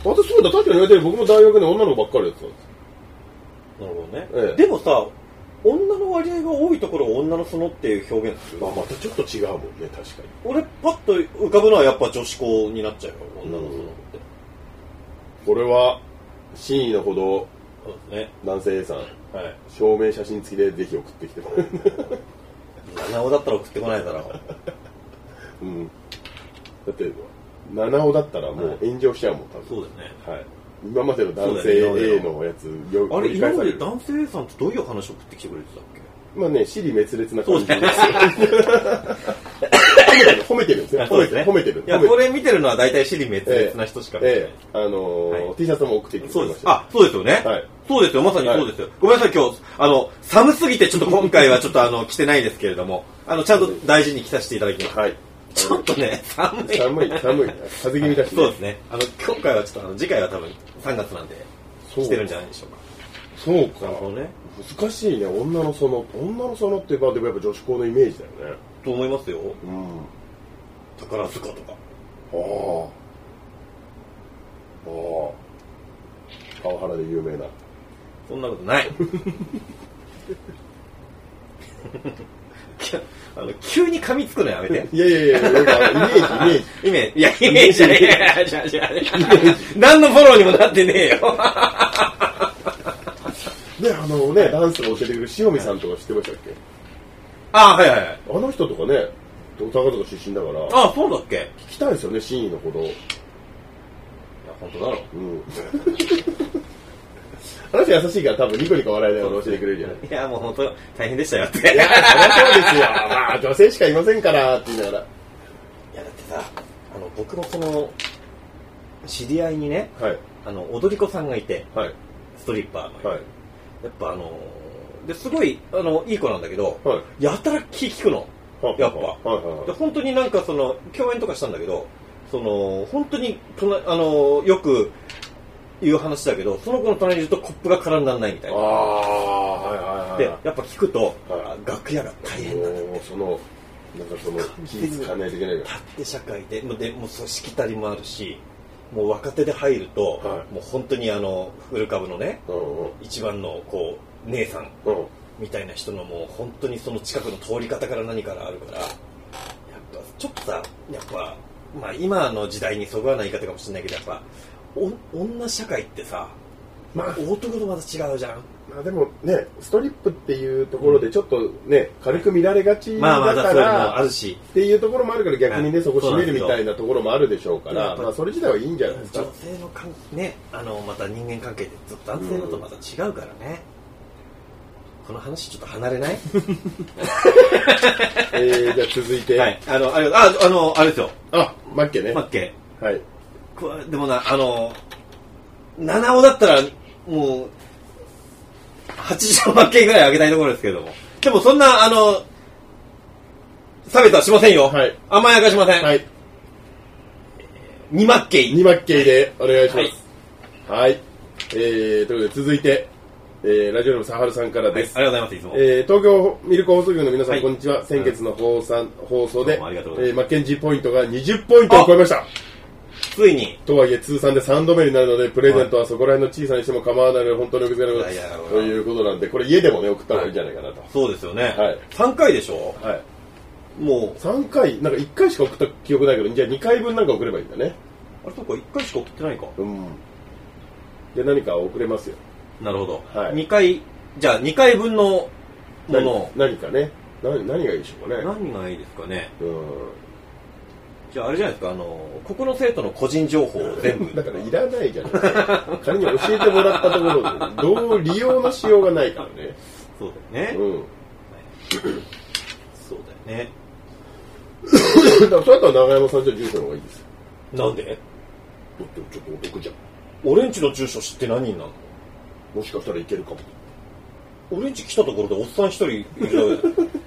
S2: 私そうだ確かに言われてる僕も大学で女の子ばっかりやってたんです
S1: なるほどね、
S2: ええ
S1: でもさ女の割合が多いところを女の園っていう表現する、
S2: まあまたちょっと違うもんね確かに
S1: 俺パッと浮かぶのはやっぱ女子校になっちゃうよ女の園って、
S2: これは真意のほど
S1: そうですね
S2: 男性 A さん
S1: はい
S2: 証明写真付きでぜひ送ってきてもらう
S1: 七尾だったら送ってこないだろう
S2: うんだって七尾だったらもう炎上しちゃうもん多分、
S1: うだよね
S2: はい、今までの男性
S1: そうだよ
S2: A
S1: ね
S2: のやつよ
S1: あれ
S2: 繰り
S1: 今
S2: 返
S1: ま
S2: さ
S1: で
S2: る
S1: 男性さんってどういう話を送ってきてくれてたっけ
S2: まあね、尻滅裂な
S1: そう
S2: 感じ
S1: だ
S2: で
S1: よ
S2: す
S1: ね
S2: よ。褒めてるんですよ。褒めてる。褒めてる。
S1: いやこれ見てるのは大体尻滅裂な人しか見てない、
S2: ええ、あのー
S1: はい
S2: T シャツも送ってきてく
S1: そ
S2: れ
S1: う
S2: ま
S1: で
S2: し
S1: す。
S2: た。
S1: あ、そうですよね。
S2: はい
S1: そうですよ。まさにそうですよ。ごめんなさい、今日、あの、寒すぎて、ちょっと今回はちょっとあの、着てないですけれども、あの、ちゃんと大事に着させていただきます。
S2: はい。
S1: ちょっとね、寒い。
S2: 寒い、寒い。風邪気味だし、
S1: そうですね。あの、今回はちょっと、あの、次回は多分3月なんで、
S2: そう
S1: 来てるんじゃないでしょうか。
S2: そうか。
S1: ね。
S2: 難しいね、女の園。女の園ってば、でもやっぱ女子校のイメージだよね。
S1: と思いますよ。
S2: うん。あ
S1: 宝塚とか。
S2: あ。ああ。川原で有名な。
S1: そんなことない。 きゅあの、急に噛みつくのやめて。
S2: いやいやいや、なんかイメージ、イメージ。
S1: イメージ、いや、イメージじゃねえいやいやいやいや何のフォローにもなってねえよ。
S2: で、あのね、ダンスを教えてくれる塩見さんとか知ってましたっけ
S1: あ、はいはいはい。
S2: あの人とかね、高とか出身だから、
S1: あ、そうだっけいや、
S2: 聞きたいですよね、真意のほど。
S1: 本当だろ。
S2: うん。 あの人優しいから多分ニコニコ笑いながら教えてくれるじゃない。
S1: いや、もう本当、大変でしたよって。
S2: いや、そりゃそうですよ。まあ、女性しかいませんから、って言いながら。
S1: いやだってさあの僕もその知り合いにね
S2: はい、
S1: あの踊り子さんがいて
S2: はい、
S1: ストリッパーの、
S2: はい。
S1: やっぱあのですごいあのいい子なんだけど、
S2: は
S1: やたら気聞くの
S2: はい。
S1: やっぱ
S2: はい、はい
S1: で本当になんかその共演とかしたんだけどその本当に隣あのよく言う話だけどその子の隣にいるとコップが絡んだらないみたい
S2: あ
S1: な
S2: あ、はい、はい、
S1: で
S2: は
S1: やっぱ聞くと、
S2: はい
S1: あ楽屋が大
S2: い。
S1: 変だ
S2: もう、その、なんかその、気ぃ使わないといけないか
S1: 立って社会でもうでもうそうしきたりもあるしもう若手で入ると、
S2: はい
S1: もう本当にあの古株のね
S2: ら。うん、うん、
S1: 一番のこう姉さん
S2: うん。
S1: みたいな人のもう本当にその近くの通り方から何からあるからやっぱちょっとさやっぱ、まあ、今の時代にそぐわない言い方かもしれないけどやっぱお女社会ってさ
S2: まあ、
S1: 男とまた違うじゃん
S2: まあでもね、ストリップっていうところでちょっとね、軽く見られがち
S1: まあま
S2: だ
S1: あだ
S2: か
S1: そういうのもあ
S2: ら、
S1: るし
S2: っていうところもあるから逆に
S1: は
S2: ね、
S1: い
S2: そこ
S1: そう
S2: 締
S1: なん
S2: め
S1: です
S2: る
S1: よ
S2: みたいなところもあるでしょうか
S1: や
S2: ら、
S1: っぱ
S2: まあそれ自体はいいんじゃないですか
S1: 女。性の関ねあのまた人間関係ってちょっと男性のとまた違うからね、この話ちょっと離れない
S2: えー、じゃあ続いて、
S1: はいあのあれああのあれですよ
S2: あ、マッケね。
S1: マッケ
S2: はい。
S1: こでもなあの七尾だったら、もう、80万件ぐらい上げたいところですけども。でもそんな、あの、差別はしませんよ。
S2: はい
S1: 甘やかしません。
S2: はい。
S1: 二万件。
S2: 二マッケイでお願いします。はい。えー、ということで続いて、えー、ラジオネームサハルさんから
S1: はいあり
S2: で
S1: が
S2: す。
S1: とうございます、いつも。
S2: えー東京ミルク放送局の皆さん、
S1: はい
S2: こんにちは。先月の放送,、放送で、え
S1: どうもありがとうござい
S2: ーマッケンジーポイントが20ポイントを超えました。
S1: ついに。
S2: とはいえ、通算で3度目になるので、プレゼントはそこら辺の小さにしても構わないので、本当に受け付けなことで
S1: いやいやいや
S2: ということなんで、これ家でもね、送った方がいいんじゃないかなと。
S1: そうですよね。
S2: はい
S1: 3回でしょ
S2: はい。
S1: も
S2: 3回、なんか1回しか送った記憶ないけど、じゃあ2回分なんか送ればいいんだね。
S1: う、あれ、そっか、1回しか送ってないか。
S2: うん。で、何か送れますよ。
S1: なるほど。
S2: はい
S1: 2回、じゃあ2回分のものを。
S2: 何何かね何何がいいでしょうかね
S1: 何がいいですかね。
S2: う
S1: じゃああれじゃないですか、あの、ここの生徒の個人情報 を全
S2: ん
S1: 部。
S2: だからいらないじゃない仮に教えてもらったところでどう利用のしようがないからね
S1: そうだよね。
S2: うん
S1: そうだよね。
S2: だからそうやったら長山さんじゃ住所の方がいいですよ
S1: なんで
S2: だってちょっとお得じゃん
S1: 俺んちの住所知って何人なの
S2: もしかしたらいけるかも
S1: 俺んち来たところでおっさん一人いる だけ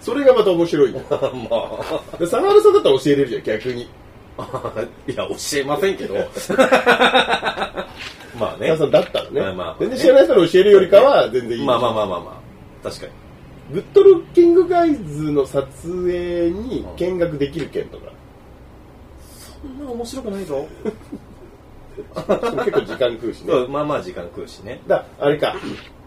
S2: それがまた面白いよで
S1: だよま
S2: 佐原さんだったら教えれるじゃん逆に
S1: あ、 いや、教えませんけど。 まあ
S2: 佐原
S1: ね
S2: さ。んだったらね,、
S1: まあまあまあね
S2: 全然知らない人に教えるよりかは全然いい、
S1: まあまあまあまあまあ。確かに。
S2: グッドルッキングガイズの撮影に見学できる件とか
S1: そんな面白くないぞ。
S2: 結構時間食うしね
S1: そうまあまあ時間食うしね。
S2: だあれか。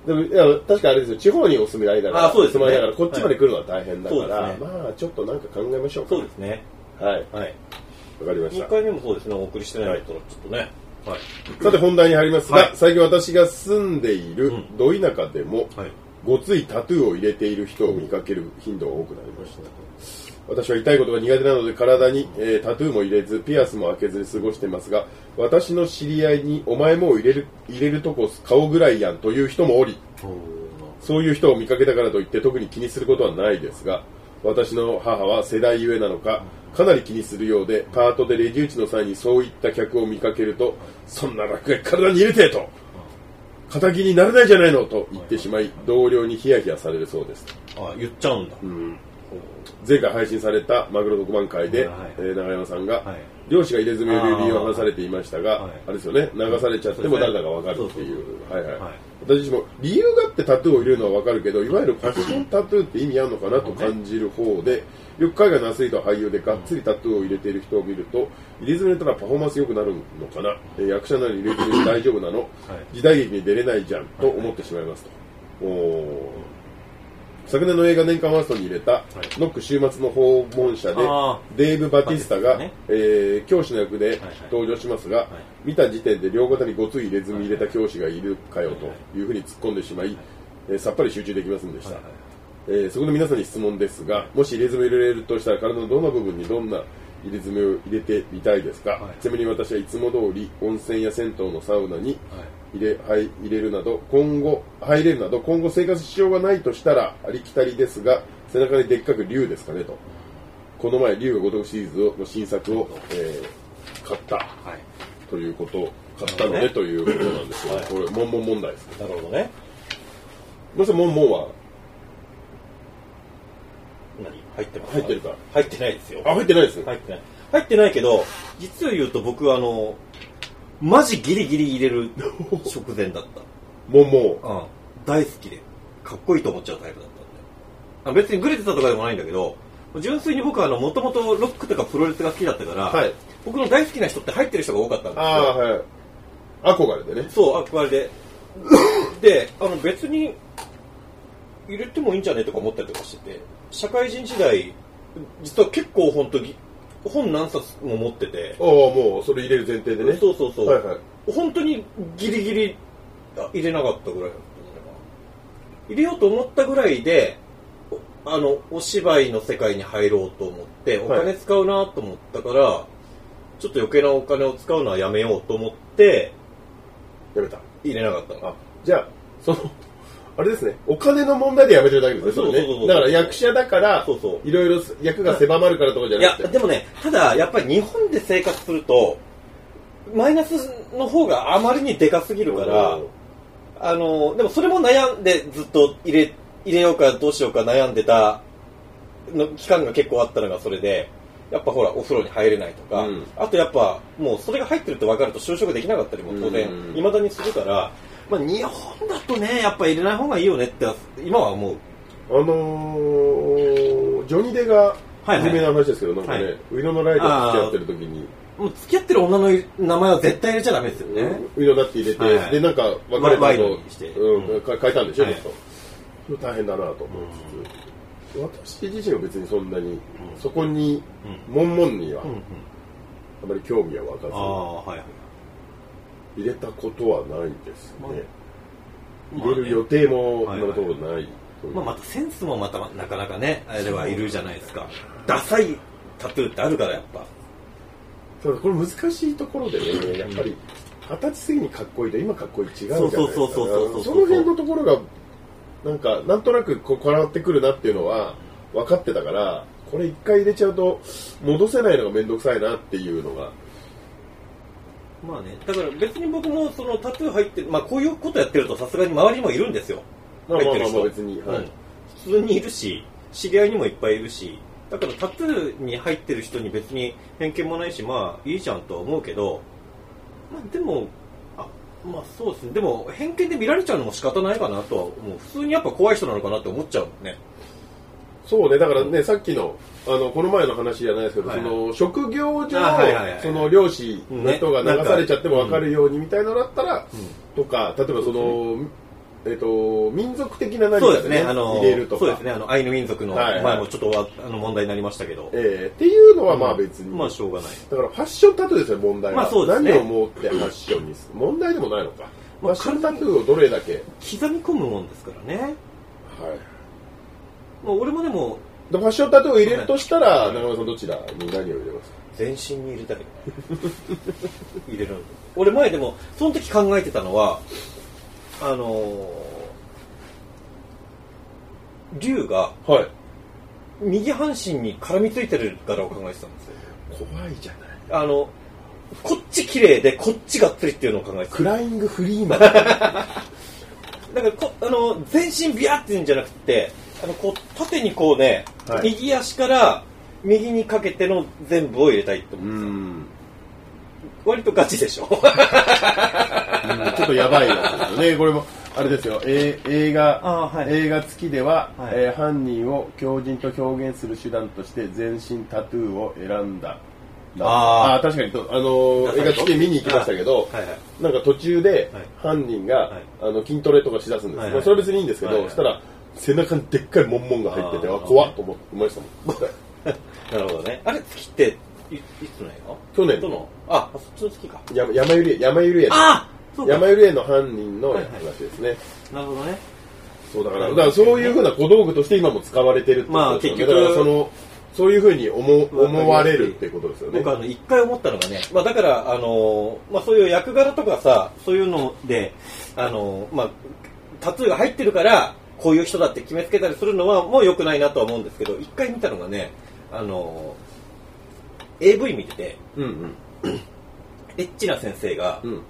S2: でもいや確かあれですよ、地方にお住みの間から、
S1: あそうですね
S2: 住まいながら、こっちまで来るのは大変だか
S1: は
S2: ら、
S1: いそうです
S2: まあ、ちょっとなんか考えましょうか。
S1: そうですね。
S2: はい、わか
S1: はい。
S2: りまし
S1: 2
S2: た。
S1: 回目もそうですね、お送りしてないと、ちょっとね。はい。
S2: さて、本題に入りますが、
S1: はい
S2: 最近私が住んでいる
S1: うん
S2: ど田舎でも、
S1: はい。
S2: ごついタトゥーを入れている人を見かける頻度が多くなりました。私は痛いことが苦手なので体に、えータトゥーも入れずピアスも開けずに過ごしてますが私の知り合いにお前もう入れる入れるとこ顔ぐらいやんという人もおりそういう人を見かけたからといって特に気にすることはないですが私の母は世代ゆえなのかかなり気にするようでパートでレジ打ちの際にそういった客を見かけるとそんな落書き体に入れてと仇になれないじゃないのと言ってしまい同僚にヒヤヒヤされるそうです
S1: あ、言っちゃうんだ。
S2: 前回配信されたマグロ特番会で、
S1: はい
S2: えー長山さんが、
S1: はい
S2: 漁師が入れ墨を入れる理由を話されていましたが、
S1: はい
S2: あれですよね流されちゃっても誰だか分かるっていう
S1: そうそうそう
S2: はいはい
S1: はい
S2: 私自身も理由があってタトゥーを入れるのは分かるけどいわゆるファッションタトゥーって意味あるのかなと感じる方でよく海外のアスリート俳優でがっつりタトゥーを入れている人を見ると入れ墨入れたらパフォーマンス良くなるのかな、えー役者なのに入れ墨大丈夫なの、時代劇に出れないじゃんと思ってしまいますと。おー昨年の映画年間ワーストに入れた、
S1: い
S2: ノック週末の訪問者で
S1: あ
S2: デーブ・バティスタが、
S1: バティス
S2: えー教師の役で
S1: はい
S2: 登場しますが、
S1: い
S2: 見た時点で両肩にごつい入れ墨入れた教師がいるかよというふうに突っ込んでしまい、えーさっぱり集中できませんでした、
S1: はいはい
S2: えーそこで皆さんに質問ですがもし入れ墨入れるとしたら体のどの部分にどんな入れ墨を入れてみたいですか、
S1: はい
S2: ちなみに私はいつも通り温泉や銭湯のサウナに入れ入入れるなど今後入れるなど今後生活しようがないとしたらありきたりですが背中にでっかく竜ですかねとこの前竜が如くシリーズをの新作を、えー買った
S1: はい。
S2: ということ買ったの
S1: な
S2: で、
S1: るほどね
S2: ということなんですけど、これモンモン問題です
S1: なるほどね。
S2: どうせモンモンは
S1: 何入ってます
S2: 入ってるか
S1: 入ってないですよ。
S2: あ入ってないですね、
S1: 入ってない。入ってないけど、実を言うと僕あの、マジギリギリ入れる食前だっ
S2: モンモン
S1: た。うん。大好きで、かっこいいと思っちゃうタイプだったんで。あ別にグレてたとかでもないんだけど、純粋に僕はあの、もともとロックとかプロレスが好きだったから、
S2: はい
S1: 僕の大好きな人って入ってる人が多かったんですよ。
S2: ああはい憧れでね
S1: そう、憧れ で。で、あの別に入れてもいいんじゃねとか思ったりとかしてて、社会人時代、実は結構本当に、本何冊も持ってて、
S2: ああもうそれ入れる前提でね
S1: そうそうそう、
S2: はいはい
S1: 本当にギリギリあ入れなかったぐらいだったのかな入れようと思ったぐらいで、おあの、お芝居の世界に入ろうと思って、お
S2: は
S1: 金
S2: い
S1: 使うなと思ったから、ちょっと余計なお金を使うのはやめようと思って、
S2: やめた
S1: 入れなかったの。
S2: あじゃあそのあれですねお金の問題でやめてるだけですね
S1: そう
S2: れね
S1: そうそうそう
S2: だから役者だから
S1: そうそう
S2: いろいろ役が狭まるからとかじゃ
S1: い
S2: な
S1: や
S2: くて
S1: でもねただやっぱり日本で生活するとマイナスの方があまりにでかすぎるから、あの、でもそれも悩んでずっと入れ、入れようかどうしようか悩んでたの期間が結構あったのがそれで、やっぱほら、お風呂に入れないとか、
S2: うん
S1: あとやっぱ、もうそれが入ってるって分かると就職できなかったりも当然
S2: う、ん
S1: いまだにするから、まあ日本だとね、やっぱ入れない方がいいよねって、今は思う。
S2: あのー、ジョニデが
S1: はいはい
S2: 有名な話ですけど、なんか
S1: は
S2: ね
S1: い、
S2: ウイノのライダー付き合ってる時に、
S1: もう付き合ってる女の名前は絶対入れちゃダメですよね。
S2: ウイノだって入れ
S1: はいは
S2: て、
S1: い
S2: で、なんか別
S1: ワ
S2: れ
S1: イ
S2: た
S1: ド
S2: の
S1: にして
S2: うん、か変えたんでしょ、
S1: はい
S2: ちょっと。それ大変だなと思いつつ、私自身は別にそんなに、そこに、悶々には、
S1: うんうん
S2: あまり興味は湧かず
S1: あ、あ、はいはい。
S2: 入れたことはないです
S1: ま
S2: ね。
S1: まあね
S2: 入れる予定も
S1: は
S2: 今
S1: い
S2: のところない。
S1: まあ、またセンスもまたなかなかね、あれはいるじゃないですか。ダサいタトゥーってあるからやっぱ。
S2: ただこれ難しいところでね、やっぱり二十歳過ぎにかっこいいと今かっこいい違うじゃないですか。
S1: そうそうそうそうそう
S2: その辺のところがなんかなんとなくこう変わってくるなっていうのは分かってたから、これ一回入れちゃうと戻せないのが面倒くさいなっていうのが。
S1: まあね、だから別に僕もそのタトゥー入ってる、まあこういうことやってるとさすがに周りにもいるんですよ。
S2: まあまあまあまあ
S1: 入って
S2: 別
S1: る
S2: に、
S1: 人
S2: は
S1: うん
S2: い。
S1: 普通にいるし、知り合いにもいっぱいいるし、だからタトゥーに入ってる人に別に偏見もないし、まあいいじゃんとは思うけど、まあでも、あまあそうですね、でも偏見で見られちゃうのも仕方ないかなとは思う。普通にやっぱ怖い人なのかなって思っちゃうもんね。
S2: そうね、だからね、さっきの、あの、この前の話じゃないですけど、
S1: はいはい
S2: その、職業上、
S1: あはいはいはい
S2: その、漁師の人が
S1: ね
S2: 流されちゃっても分かるようにみたいなのだったら、とか、例えばその、えっと、民族的な何か
S1: そう
S2: ね
S1: ですね、あの、
S2: 入れると
S1: そうで
S2: か
S1: す、ね、あの、アイヌ民族の
S2: はいはい
S1: 前もちょっとわあの問題になりましたけど、
S2: えーっていうのはまあ別に、
S1: まあしょうがない。
S2: だからファッションタトゥーですよ、問題は。
S1: まあそうですね
S2: 何を思ってファッションにする。問題でもないのか。フ
S1: ま
S2: ァッ
S1: あ
S2: ションタトゥーをどれだけ、はい。
S1: 刻み込むもんですからね。もう俺もでも、
S2: でファッションタトゥーを入れるとしたら、
S1: はい
S2: 中村さんどちらに何を入れますか
S1: 全身に入れたけ どね入れるの俺前でもその時考えてたのはあのー竜が
S2: はい。
S1: 右半身に絡みついてる柄を考えてたんですよ
S2: 怖いじゃない。
S1: あのこっち綺麗でこっちがっつりっていうのを考えてた
S2: クライングフリーマン。
S1: だからこあの全身ビヤっていうんじゃなくてあのこう縦にこうね、
S2: はい
S1: 右足から右にかけての全部を入れたいと思う、
S2: うん。
S1: 割とガチでしょ
S2: ちょっとやばいやつですよね。これも、あれですよ、えー映画、
S1: あーはい
S2: 映画付きでは、
S1: はい
S2: えー犯人を強靭と表現する手段として全身タトゥーを選んだ。
S1: あー
S2: ー確かにと、あのー映画付きで見に行きましたけど、
S1: はいはい
S2: なんか途中で
S1: はい
S2: 犯人が、
S1: はい
S2: あの筋トレとかしだすんです、
S1: はいはい
S2: まあ、それは別にいいんですけど、
S1: はいはい
S2: そしたら背中にでっかいモンモンが入ってて
S1: あ
S2: あ
S1: ー
S2: 怖っと思って思いましたもん
S1: なるほどね。あれ、月って、いいつの映画
S2: 去年
S1: どのあ、あそっちの月か。
S2: や山ゆり山ゆり園の
S1: あそうか。
S2: 山ゆり園の犯人の
S1: はい
S2: 話
S1: はい
S2: ですね、
S1: なるほどね。
S2: そうだから、だからそういうふうな小道具として今も使われてるってことですよね。
S1: まあ結局
S2: だからその、そういうふうに思思われるってことですよね。
S1: 僕、あの、一回思ったのがね、まあだから、あのーまあそういう役柄とかさ、そういうので、あのーまあ、タトゥーが入ってるから、こういう人だって決めつけたりするのはもう良くないなとは思うんですけど、一回見たのがね、あのー AV 見てて、
S2: うんうん。
S1: エッチな先生が、
S2: うん。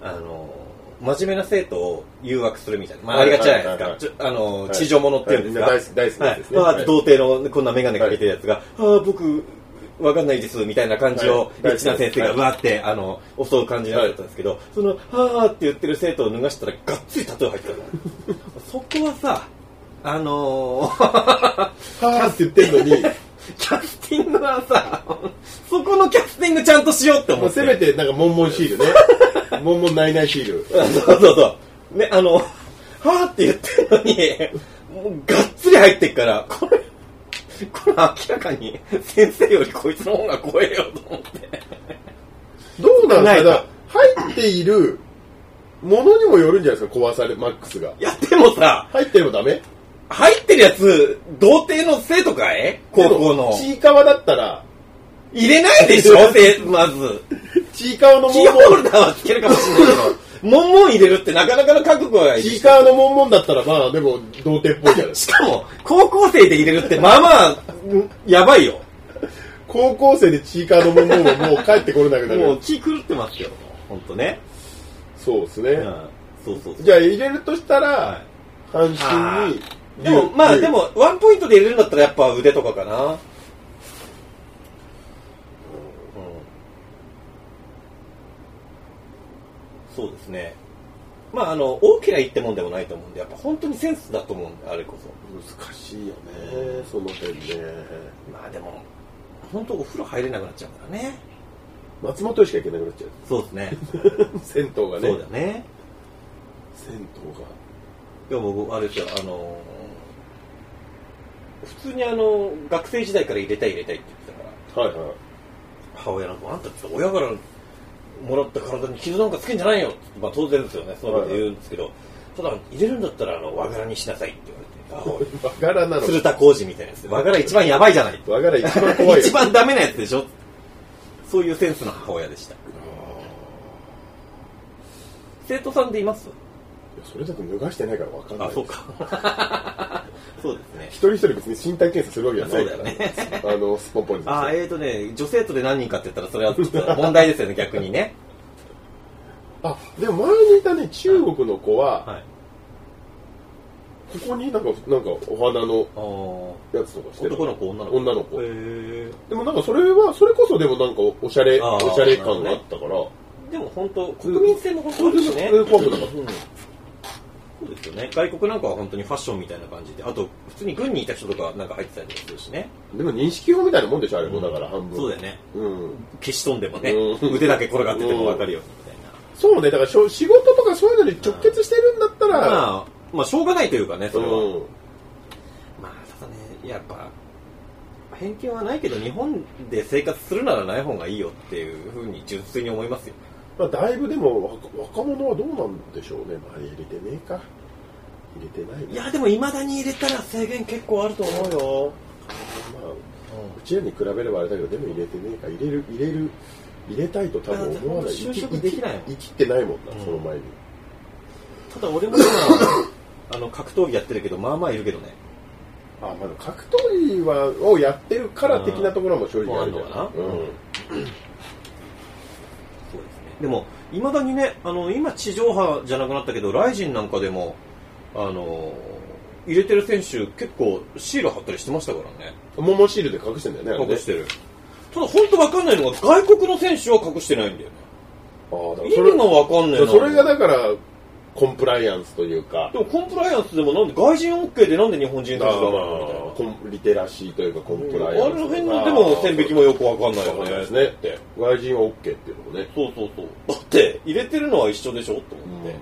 S1: あのー真面目な生徒を誘惑するみたいな、まあ、
S2: は
S1: あ
S2: い
S1: り
S2: はい
S1: が
S2: は
S1: ち
S2: い
S1: じゃ
S2: はい
S1: ないですか、ちょあのー
S2: はい
S1: 地上物っていうんですか、
S2: はいみんな大好き大好きなやつですね
S1: はい
S2: はい
S1: 童貞のこんな眼鏡かけてるやつが、ああ僕わかんないですみたいな感じを、
S2: はい大好きです
S1: エッチな先生
S2: は
S1: が
S2: いう
S1: わーってあの襲う感じになっちゃったんですけど、その「ああ」って言ってる生徒を脱がしたらがっつりタトゥー入ってた のそこはさあのー
S2: はーって言ってるのに、
S1: キャスティングはさそこのキャスティングちゃんとしようって思
S2: もう
S1: って
S2: せめてなんか、モンモンシ ールね。モンモンナイナイシール。
S1: そうそうそう。ね、あの、はーって言ってるのに、もうがっつり入ってっから、これ、これ明らかに先生よりこいつの方が怖えよと思って。
S2: どうな
S1: な
S2: んですか
S1: い
S2: だから入っているものにもよるんじゃないですか、壊され、マックスが。
S1: いや、でもさ、
S2: 入ってればダメ
S1: 入ってるやつ、童貞の生徒かい高校
S2: で
S1: の
S2: も。ちいかわだったら、
S1: 入れないでしょせまず。
S2: ちいかわの
S1: キ
S2: モン
S1: ーホ
S2: モ
S1: ルダーはつけるかもしれないけど、モンモン入れるってなかなかの覚悟が
S2: ン、
S1: い
S2: ちい
S1: る。
S2: かわのモンモンだったら、まあ、でも、 童貞っぽいじゃないですか。
S1: しかも、高校生で入れるって、まあまあ、うんやばいよ。
S2: 高校生でチーカーのボンボンももう帰ってこれなくな
S1: もう
S2: る。
S1: 気狂ってますよ、本当ね。
S2: そうです
S1: うん
S2: ね。。
S1: そうそうそう。
S2: じゃあ入れるとした
S1: は
S2: ら、阪神
S1: は
S2: に
S1: い、でも、まあ
S2: 龍
S1: で、も、ワンポイントで入れるんだったらやっぱ腕とかかな。うん。そうですね。まああの、大きな一ってもんでもないと思うんで、やっぱ本当にセンスだと思うんで、あれこそ。
S2: 難しいよね、その辺ね。
S1: まあでも、本当お風呂入れなくなっちゃうからね。
S2: 松本しか行けなくなっちゃう。
S1: そうですね。
S2: 銭湯がね。
S1: そうだね。
S2: 銭湯が。
S1: でも僕、あれですよ、あのー普通にあの、学生時代から入れたい入れたいって言ってたから、
S2: はいはい。
S1: 母親なんか、あんたちょっと親からもらった体に傷なんかつけんじゃないよって、まあ当然ですよね、そういうこと言うんですけど、ただ、入れるんだったら、あの、和柄にしなさいって言われて、
S2: 和柄な
S1: あ
S2: の。
S1: 鶴田浩二みたいなやつで、和柄一番やばいじゃない。
S2: 和柄一番怖い よ。
S1: 一番ダメなやつでしょそういうセンスの母親でした。
S2: あ
S1: 生徒さんでいます
S2: ーいやそれだと脱がしてないから分かんない。
S1: あ、そうか。 そうですね
S2: 一。人一人別に身体検査するわけじゃないから。
S1: そう
S2: あの、スポンポンです。
S1: あーえーとね、女生徒で何人かって言ったら、それはちょっと問題ですよね、逆にね。
S2: あ、でも前にいたね、中国の子は、
S1: はい。
S2: ここになんか、なんかお花の
S1: あー
S2: やつとかしてる
S1: 男の子、女の子。
S2: 女の子。
S1: へ
S2: でもなんかそれは、それこそでもなんかおしゃれ、
S1: あー
S2: おしゃれ感があったから、
S1: ーでも本当、国民性も本当ですよね。
S2: そういう怖くなかっ
S1: うんそうですよね。外国なんかは本当にファッションみたいな感じで、あと、普通に軍にいた人とかなんか入ってたりもするしね。
S2: でも認識法みたいなもんでしょ、あれもだから半分。
S1: そうだよね。
S2: うん。
S1: 消し飛んでもね、
S2: うん
S1: 腕だけ転がってても分かるようにみたいな。
S2: そうね、だからしょ仕事とかそういうのに直結してるんだったら、
S1: まあ、まあ、しょうがないというかね、
S2: う
S1: それは。
S2: ん。
S1: まあ、ただね、やっぱ、偏見はないけど、日本で生活するならない方がいいよっていうふうに純粋に思いますよ。
S2: まあ、だいぶでも若若者はどうなんでしょうね、まあ、入れてねえか入れてない
S1: い
S2: ね
S1: や、でも、未だに入れたら制限結構あると思うよ。
S2: まあ、うちらに比べればあれだけどでも入れてねえか入れる入れる入れたいと多分思わない
S1: いや
S2: 生き
S1: 就職できないもん
S2: 生き生きてないもんな、
S1: うん
S2: その前に
S1: ただ、俺も今、あの、格闘技やってるけど、まあまあいるけどね。
S2: あまあ格闘技はをやってるから的なところも正直あるじゃ
S1: うんあ
S2: ん
S1: るのかなそうですね。でも、未だにね、あの、今、地上波じゃなくなったけど、ライジンなんかでも、あの、入れてる選手、結構、シール貼ったりしてましたからね。
S2: うん、モモシールで隠してんだよねあれね
S1: 隠してる。ただ、本当わかんないのが、外国の選手は隠してないんだよね。
S2: ああだから
S1: 意
S2: そ
S1: 味がわかんねえ
S2: れ
S1: な。
S2: それがだからコンプライアンスというか
S1: でもコンプライアンスでもなんで外人 OK でなんで日本人選手
S2: ま
S1: だ
S2: あ
S1: ろう
S2: コンリテラシーというかコン
S1: みた
S2: プ
S1: いな。
S2: ラ
S1: あ
S2: イアンス
S1: れの辺のでも線引きもよくわかんない
S2: わ
S1: よ
S2: かんない
S1: ね。
S2: ですねって外人は OK っていうのもね
S1: そうそうそう。だって入れてるのは一緒でしょと思って。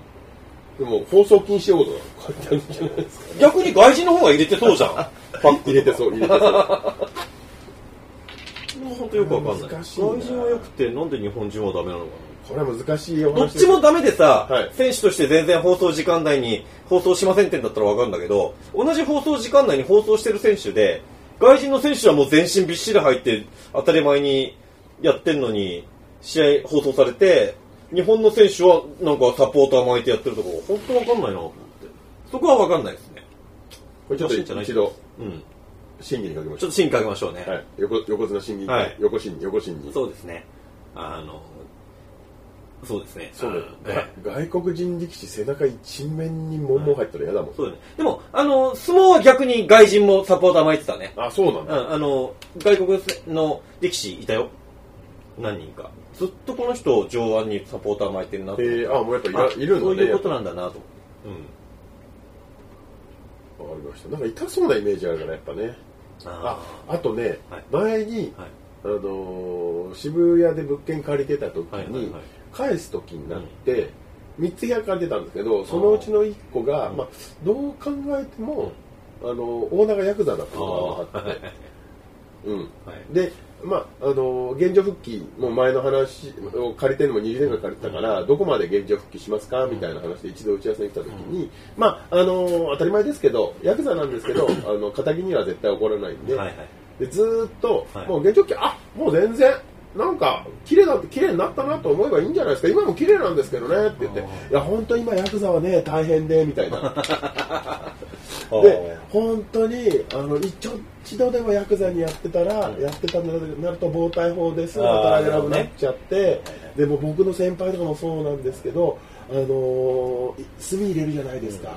S2: でも放送禁止用語が書いてあるんじゃないですか、
S1: 逆に外人の方が入れてそうじ ゃん。パック
S2: 入れてそう入れてそう
S1: もう本当よくわかんない。外
S2: 難しいな
S1: 人はよくてなんで日本人はダメなのか
S2: これは難しいお
S1: な。どっ
S2: 話
S1: ちもダメでさ、
S2: はい
S1: 選手として全然放送時間内に放送しませんってんだったらわかるんだけど、同じ放送時間内に放送してる選手で、外人の選手はもう全身びっしり入って当たり前にやってんのに、試合放送されて、日本の選手はなんかサポーター巻いてやってるとこ、本当わかんないなと思って。そこはわかんないですね。
S2: これちょっ
S1: 難しいんじゃ
S2: と
S1: ない
S2: 一度
S1: うん。
S2: 審議にかけま
S1: ち
S2: し
S1: ょ
S2: ょ
S1: っと進化かけましょうね。
S2: う、はい、横横綱審議、
S1: はい
S2: 横審議横審議
S1: そうですね。あの、そうですね。
S2: そう
S1: あの
S2: だ
S1: は
S2: よ
S1: い
S2: 外国人力士背中一面にモンモン入ったら嫌だもん、
S1: そうだね。でも、あの、相撲は逆に外人もサポーター巻いてたね。
S2: あそうなん
S1: う
S2: だ、
S1: ん、あの、外国の力士いたよ。何人か。ずっとこの人、上腕にサポーター巻いてるなと
S2: え
S1: 思って
S2: ー、あもうやっぱいら
S1: あ
S2: いるんだ
S1: そ
S2: ね
S1: ういうことなんだなと思って。うん。
S2: わかりましたなんか痛そうなイメージあるからやっぱねあ
S1: あ
S2: あとね、
S1: はい
S2: 前に、
S1: はい
S2: あのー渋谷で物件借りてた時に、
S1: はいはいはい
S2: 返す時になって、三3つ部屋借りてたんですけどそのうちの1個が、まあ、どう考えても、あのーオーナーがヤクザだったことが分かって、うん、
S1: あ。はい。
S2: で、まああのー現状復帰もう前の話を借りてるのも20年間借りてたから、どこまで現状復帰しますかみたいな話で一度打ち合わせに来た時に、まああのー当たり前ですけどヤクザなんですけどあの仇には絶対怒らないんで,、
S1: はいはい。
S2: でずーっと、
S1: はい
S2: もう現状復帰あもう全然なんか綺麗だ綺麗になったなと思えばいいんじゃないですか今も綺麗なんですけどねって言っていや本当今ヤクザはね大変でみたいな
S1: ー
S2: で本当にあの一応一度でもヤクザにやってたら、
S1: うん
S2: やってたんだけどなると暴対法です
S1: あー
S2: 働けなくなっちゃって、でも僕の先輩とかもそうなんですけどあのーい炭入れるじゃないですか、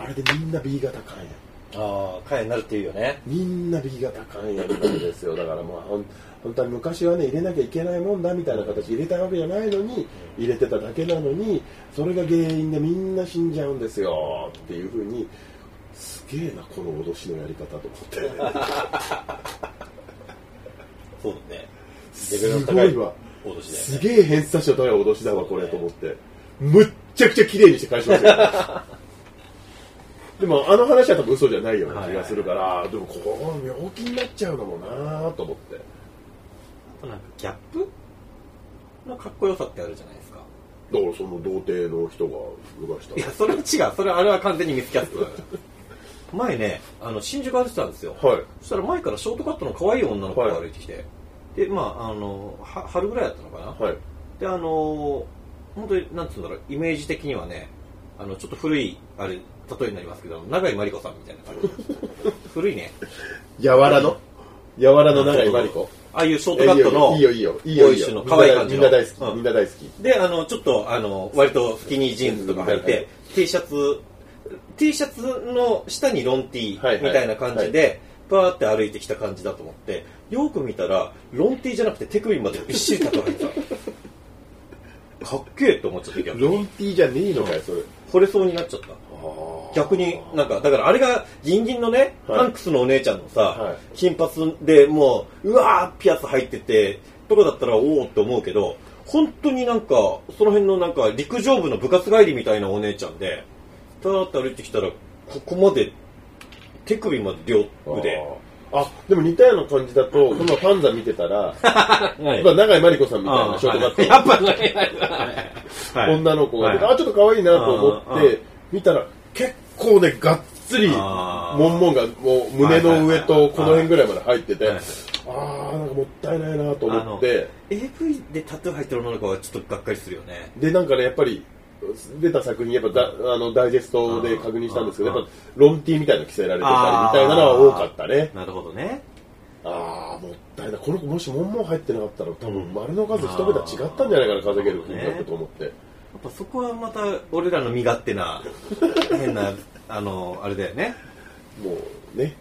S2: あれでみんな B 型肝炎
S1: ああ、会になるっていうよね。
S2: みんな B 型肝炎なんですよだからまあほん本当は昔はね入れなきゃいけないもんだみたいな形入れたいわけじゃないのに入れてただけなのにそれが原因でみんな死んじゃうんですよっていうふうにすげえなこの脅しのやり方と思って
S1: そうだね。レベルの
S2: すご
S1: 高い
S2: いわ
S1: 脅しだ
S2: す
S1: よね。
S2: げえ偏差値の高い脅しだわこれと思ってむっちゃくちゃ綺麗にして返しますよでもあの話は多分嘘じゃないような気がするから、でもここ病気になっちゃうのもなーと思って
S1: なんかギャップのかっこよさってあるじゃないですか。
S2: だからその童貞の人が昔し
S1: い
S2: た
S1: や、それは違う。それはあれは完全にミスキャストだから。 前ね、あの、新宿歩いてたんですよ。
S2: はい
S1: そしたら前からショートカットの可愛い女の子が歩いてきて、で、まあ、あの、は春ぐらいだったのかな。
S2: はい
S1: で、あの、本当に、なんつうんだろう、イメージ的にはね、あの、ちょっと古い、あれ、例えになりますけど、永井真理子さんみたいな感じ。古いね。
S2: やわらのやわらの長井真理子
S1: ああいうショートカットの、
S2: いいよいいよいいよい
S1: ボー
S2: いよ
S1: イッシュの可愛い感じ
S2: み
S1: の
S2: んな大好き、
S1: うん
S2: みんな大好き
S1: で、あの、ちょっと、あの、割とスキニージーンズとか履い
S2: はいはい
S1: て、T シャツ、T シャツの下にロン T み
S2: はいはい
S1: たいな感じで、バーって歩いてきた感じだと思って、よく見たら、ロン T じゃなくて手首までびっしり叩かれ てた。かっけえって思っちゃった、逆に。
S2: ロンティじゃねえのかよそれ
S1: 惚れそうになっちゃった。逆になんかだからあれがギンギンのね、
S2: はい
S1: ハンクスのお姉ちゃんのさ、
S2: はい
S1: 金髪でもううわーピアス入っててとかだったらおおって思うけど本当になんかその辺のなんか陸上部の部活帰りみたいなお姉ちゃんでただって歩いてきたらここまで手首まで両腕
S2: あーあでも似たような感じだとこのファンザ見てたら
S1: は
S2: や
S1: い
S2: っぱ長井真理子さんみたい
S1: あ
S2: な
S1: ー
S2: ショートカットの
S1: やっぱねはい
S2: 女の子が出て、
S1: はい
S2: あちょっと可愛いなと思っ
S1: うんうん
S2: て見たら結構ねがっつり
S1: あー
S2: モンモンがもう
S1: はいは
S2: 胸の上
S1: いはいは
S2: と
S1: い
S2: この辺ぐらいまで入ってて、
S1: はい
S2: ああなんかもったいないなと思って。
S1: AV でタトゥー入ってる女の子はちょっとがっかりするよね
S2: でなんかねやっぱり出た作品やっぱだあのダイジェストで確認したんですけど
S1: うん
S2: やっぱロンティーみたいなの着せられてたりみ
S1: あー
S2: たいなのは多かったね
S1: なるほどね
S2: ああもったいないこの子もしモンモン入ってなかったら多分丸の数一桁違ったんじゃないかな稼げる金額と思って、
S1: やっぱそこはまた俺らの身勝手な 変なあのあれだよね
S2: もうね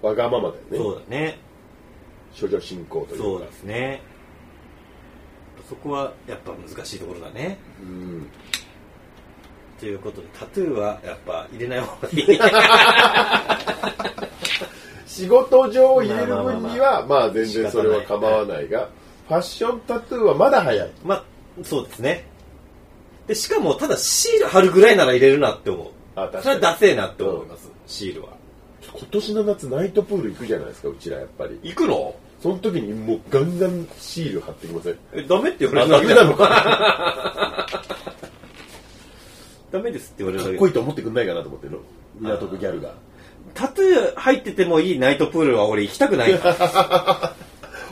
S2: わがままだよ
S1: そ
S2: ね
S1: うだね
S2: 処女進行というか
S1: そうですねそこはやっぱ難しいところだね
S2: うん
S1: ということでタトゥーはやっぱ入れない方がい い
S2: 仕事上入れる分にはまあ全然それは構わないがファッションタトゥーはまだ早い
S1: まあそうですねでしかもただシール貼るぐらいなら入れるなって思う
S2: あ確かに
S1: それはダセえなって思います、シールは
S2: 今年の夏ナイトプール行くじゃないですかうちらやっぱり
S1: 行くの
S2: その時にもうガンガンシール貼ってきません
S1: えダメって言わ
S2: あ
S1: れただ
S2: ダメ
S1: け
S2: な
S1: だ
S2: の
S1: ろ
S2: かなか
S1: ダメですって言われただ
S2: っ
S1: け
S2: こいいと思ってくんないかなと思ってる港区ギャルが
S1: タトゥー入っててもいいナイトプールは俺行きたくないから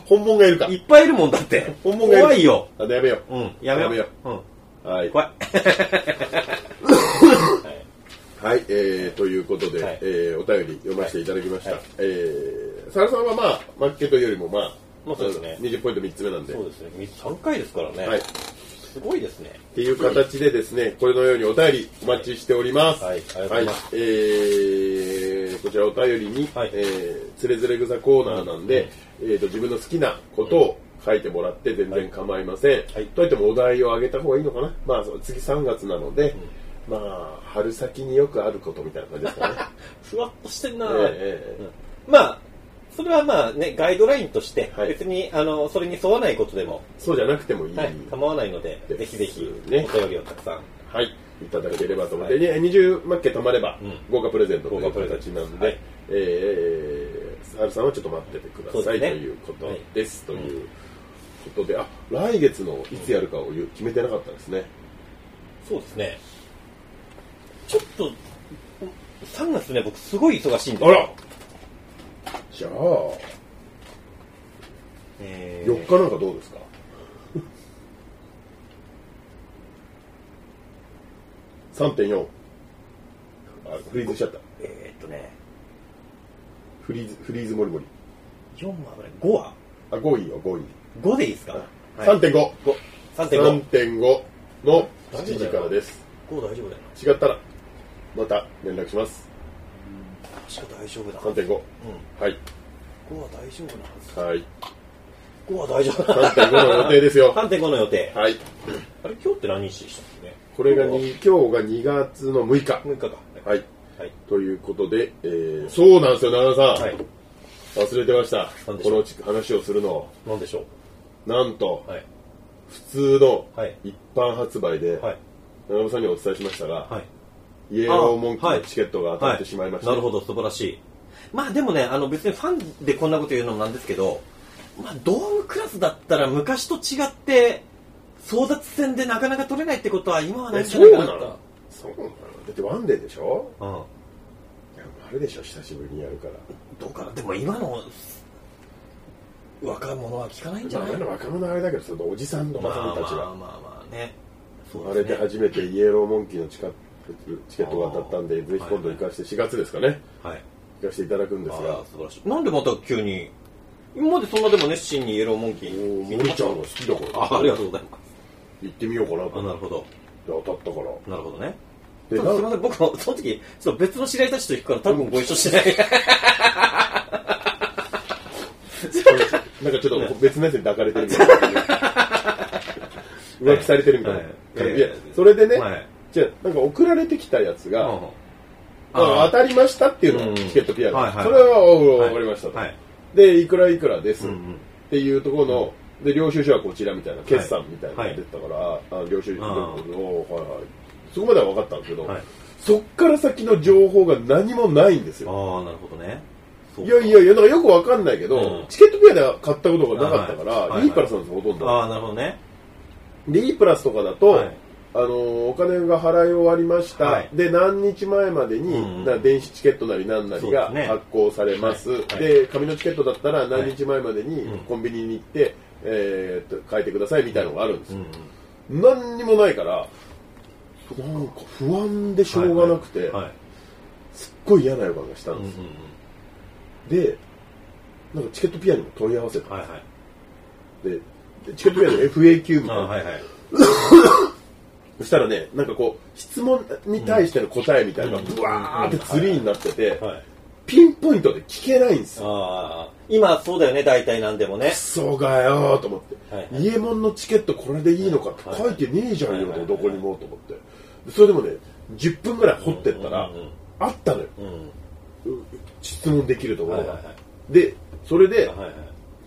S2: 本物がいるか
S1: いっぱいいるもんだって。
S2: 本物がいる
S1: 怖いよ。
S2: あやめよう
S1: うん、やめよう。
S2: やめよは
S1: うん、
S2: い、
S1: 怖い。
S2: はいえー、ということで、
S1: はい
S2: えーお便り読ませていただきました、
S1: はい
S2: えー、サラさんはまあマッケというよりもまあ、
S1: まあそうですね
S2: 20ポイント3つ目なんで
S1: そうですね、3回ですからね。
S2: はい
S1: すごいですね。
S2: っていう形でですね、これのようにお便りお待ちしております。
S1: はいはいありがとうございます
S2: はいえーこちらお便りに、
S1: はい
S2: えーつれづれ草コーナーなんで、えーと、自分の好きなことを書いてもらって全然構いません。
S1: はい
S2: といってもお題をあげた方がいいのかな。まあ、そう次3月なので、まあ、春先によくあることみたいな感じですか ね。
S1: ふわっとしてんな、
S2: えーえー
S1: まあ、それはまあね、ガイドラインとして、
S2: はい
S1: 別に、あの、それに沿わないことでも、
S2: そうじゃなくてもいい。
S1: はい、構わないので、
S2: です
S1: ぜひぜひ、
S2: ね
S1: お便りをたくさん。
S2: はい、いただければと思って、で20マッケ貯まれば
S1: うん
S2: 豪華プレゼントとい
S1: 豪
S2: う
S1: 華プレゼント
S2: 形なん
S1: は
S2: で
S1: い、
S2: えー、サルさんはちょっと待っててくだ
S1: そ
S2: さ
S1: う
S2: い、
S1: ですね
S2: ということです。ということで、あ来月のいつやるかを言う決めてなかったですね。
S1: そうですね。ちょっと、3月ね、僕すごい忙しいんです
S2: あ
S1: よ。
S2: らじゃあ、
S1: えー
S2: 4日なんかどうですか3.4。あ、フリーズしちゃった。
S1: えーっとね。
S2: フリーズ、フリーズモリモリ。
S1: 4は危ない。5は
S2: あ、5位よ、5位。
S1: ?5 でいいですか、はい、
S2: 3.5。
S1: 5。3.5。
S2: 3.5の7時からです。
S1: 5大丈夫だよ
S2: 違ったら、また連絡します。
S1: な。確か大丈夫だ。
S2: 3.5。
S1: う
S2: はい。
S1: ん。5は大丈夫なはず。
S2: はい。
S1: 5は大丈夫だ。
S2: 3.5の予定です よ。
S1: 3.5の予定。
S2: はい。
S1: あれ、今日って何日でしたっけね
S2: これが
S1: 今日
S2: に、今日が2月の6日。
S1: は6日か。
S2: はい。
S1: はい。
S2: ということで、えー、そうなんですよ、奈良さん。
S1: はい。
S2: 忘れてました。
S1: なんでし
S2: こ
S1: ょ
S2: の
S1: う
S2: 地区話をするのを。
S1: なんでしょ
S2: なんと
S1: う。、はい。
S2: 普通の
S1: はい
S2: 一般発売で、
S1: はい。
S2: 長山さんにお伝えしましたが、
S1: はい。
S2: イエローモンキ
S1: あは
S2: ー
S1: い
S2: のチケットが当たってしまいました。
S1: なるほど、素晴らしい。まあでもね、あの別にファンでこんなこと言うのもなんですけど、まあドームクラスだったら昔と違って、争奪戦でなかなか取れないってことは今はない
S2: え
S1: んじゃな
S2: そう
S1: い
S2: な
S1: か
S2: の
S1: なと。
S2: そうなのだってワンデーでしょ
S1: うん。
S2: いやあるでしょ、久しぶりにやるから。
S1: どうかな、でも今の若者は聞かないんじゃ
S2: まあ
S1: ない
S2: あの若者はあれだけど、そのおじさんのおばさんた
S1: まあ
S2: ちが。
S1: まあまあね。そ
S2: あ
S1: う
S2: れ
S1: で
S2: です
S1: ね。
S2: 初めてイエローモンキーのチカチケットが当たったんで、
S1: あー
S2: ぜひ今度行かせて、4月ですかね、
S1: はい。
S2: 行かせていただくんです
S1: あ
S2: が
S1: あ、、素晴らしい。なんでまた急に、今までそんなでも熱心にイエローモンキ
S2: お
S1: ー
S2: ー
S1: 見て
S2: 森
S1: まし
S2: ち
S1: た
S2: ゃんが好きだから、
S1: あありがとうございます。
S2: 行ってみようかなと
S1: あ
S2: 思
S1: な
S2: っ
S1: るほど。
S2: て、当たったから。
S1: なるほどね。
S2: で
S1: ただすみません、僕もその時、ちょっと別の知り合いたちと行くから多分ご一緒してない。
S2: なんかちょっと別のやつに抱かれてるみたいな。 浮気されてるみたいな
S1: はい
S2: 感じ。
S1: はい
S2: いやそれで ね、
S1: はい
S2: じゃあなんか送られてきたやつが、
S1: うん
S2: まあ当たりましたっていうの
S1: う
S2: を
S1: ん
S2: チケットピアノ、
S1: はいはい
S2: それは、おうおう
S1: はい
S2: わかりましたと、
S1: はい
S2: で、いくらいくらです、
S1: うんうん
S2: っていうところの、で、領収書はこちらみたいな、決算みたいなのが出てたから、あ領収書、
S1: あー
S2: おうはいはい。そこまでは分かったんですけど、
S1: はい
S2: そっから先の情報が何もないんですよ。
S1: ああ、なるほどね。そう
S2: いやいやいや、なんかよくわかんないけど、
S1: うん
S2: チケットピアでは買ったことがなかったから、
S1: はいはいはい
S2: E プラスなんですよ、ほとんど。
S1: ああ、なるほどね。
S2: で、E プラスとかだと、
S1: はい
S2: あのーお金が払い終わりました、
S1: はい
S2: で、何日前までに、
S1: うんうん
S2: な電子チケットなり何なりが
S1: そうですね
S2: 発行されます。で
S1: はいはい
S2: 紙のチケットだったら何日前までに
S1: うん
S2: コンビニに行って、えーっと、変えてくださいみたいなのがあるんです
S1: うん
S2: よ
S1: う。ん。
S2: 何にもないから、なんか不安でしょうがなくて、
S1: はいはい。
S2: すっごい嫌な予感がした
S1: うんんうん
S2: で
S1: う
S2: す
S1: ん
S2: よ。で、なんかチケットピアにも問い合わせた。
S1: はいはい。
S2: で、でチケットピアの FAQ み
S1: あ
S2: たい
S1: あ、
S2: な。
S1: はいはい。
S2: そしたらね、なんかこう、質問に対しての答えみたいなのが、
S1: うん
S2: ブワーってツリーになってて、
S1: はい。
S2: ピンポイントで聞けないんですよ。
S1: ああ、今そうだよね、大体何でもね
S2: ク。ソがよーと思って、
S1: はいはい
S2: 家門のチケットこれでいいのかって書いてねえじゃんよ、
S1: はいはい
S2: どこにもと思って。でそれでもね、10分ぐらい掘ってったら、
S1: うんうんうん
S2: あったのよ。
S1: うん。
S2: 質問できるところが、
S1: はいはいは
S2: でそれで
S1: はいはい。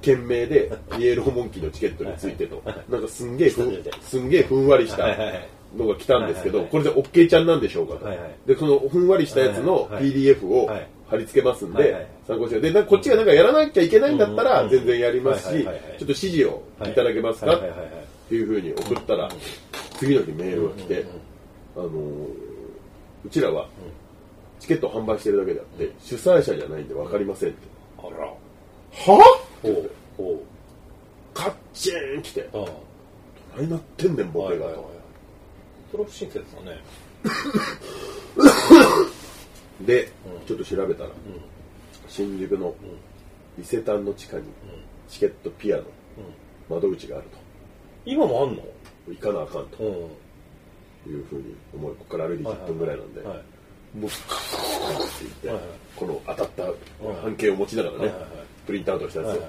S2: 件名でイエローモンキーのチケットについてとなんかすんげえふ
S1: はいは
S2: ん
S1: い
S2: すんげえふんわりした
S1: はいはいはい
S2: のが来たんですけど
S1: はい
S2: これで OK ちゃんなんでしょうかと、
S1: はいはい
S2: でそのふんわりしたやつの
S1: はいはい
S2: PDF を
S1: はい
S2: 貼り付けますん
S1: はい
S2: で、
S1: はい
S2: 参考してでなんかこっちがなんかやらなきゃいけないんだった
S1: う
S2: ら
S1: ん
S2: 全然やります
S1: は
S2: し
S1: い
S2: ちょ
S1: はい
S2: っ
S1: はいはい
S2: と指示をいただけますか
S1: は
S2: っ
S1: いはいはいはい
S2: ていうふうに送ったら次の日メールが来てあのーうちらはチケットを販売してるだけであって主催者じゃないんで分かりませんって。
S1: あら。
S2: は
S1: ほう、ほ
S2: カッチーン来て
S1: う。ああ。
S2: 何なってんねんボ
S1: はい
S2: ケ
S1: は
S2: が
S1: いはいそ
S2: と。
S1: れ不親切だね。
S2: でちょっと調べたら新宿の伊勢丹の地下にチケットピアノ窓口がある
S1: 今もあんの
S2: と行かなあかんと
S1: うん。
S2: いうふうに思いここから歩いて10分ぐらいなんで
S1: はい。
S2: もうって言っ
S1: はいはい
S2: てこの当たった半径を持ちながら
S1: はい
S2: ね
S1: はいはい
S2: プリントアウトしたやつ
S1: は
S2: を
S1: い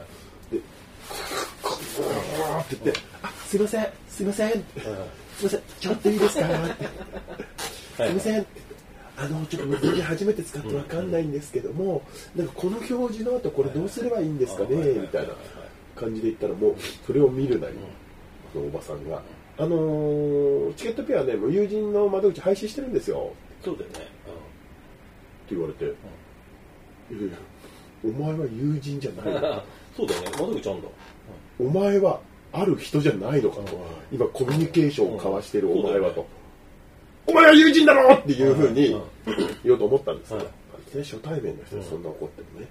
S2: でわーって言って「あすいませんすいません」すいません、ちょっといいですかってすいません。あの、ちょっと僕初めて使ってわかんないんですけども、なんかこの表示の後これどうすればいいんですかね
S1: はいはい
S2: みたいな感じで言ったらもう、それを見るなり、そのおばさんが、あのーチケットペアね、もう友人の窓口廃止してるんですよ。
S1: そうだよね。
S2: って言われて、いやいやお前は友人じゃないのか。
S1: そうだよね。窓口あんだ。
S2: お前はある人じゃないのかと、今コミュニケーションを交わしてるお前はと、お前は友人だろっていうふうに言おうと思ったんですけど、
S1: はい
S2: いきなり初対面の人にそんな怒ってもね、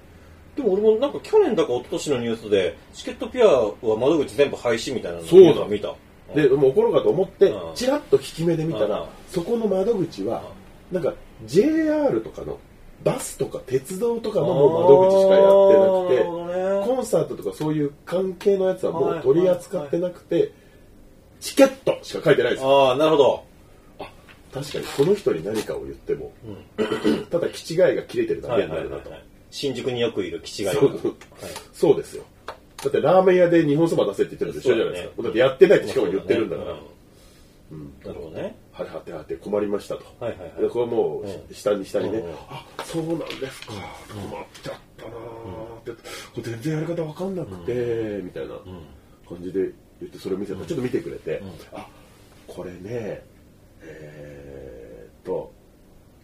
S1: でも俺もなんか去年だか一昨年のニュースで、チケットピアは窓口全部廃止みたいなの
S2: そうだ
S1: 見た。
S2: でもう怒ろうかと思って
S1: うん
S2: ちらっと引き目で見たら、
S1: うん
S2: そこの窓口は、なんか JR とかのバスとか鉄道とかのもう窓口しかやってなくて
S1: な
S2: コンサートとかそういう関係のやつはも
S1: はいう
S2: 取り扱ってなくて、チケットしか書いてないですよ
S1: ああ、なるほど。
S2: 確かにこの人に何かを言っても、 ただ気違いが切れてるだ
S1: はい
S2: け
S1: はい
S2: にな
S1: はいは
S2: るな
S1: い
S2: と、。
S1: 新宿によくいる気違いが。
S2: そうそうそうですよだってラーメン屋で日本そば出せって言ってるのと一緒じゃないですか
S1: そうだね
S2: だってやってないってしかも言ってるんだから、
S1: うなるほどね。
S2: はてはてはて困りましたと、
S1: はいはいはい
S2: でこれはもう、下に下にね、
S1: うんうん
S2: あそうなんですか困っちゃったなーって、これ全然やり方わかんなくて、みたいな感じで言ってそれを見せたら、ちょっと見てくれて、あこれねえー、っと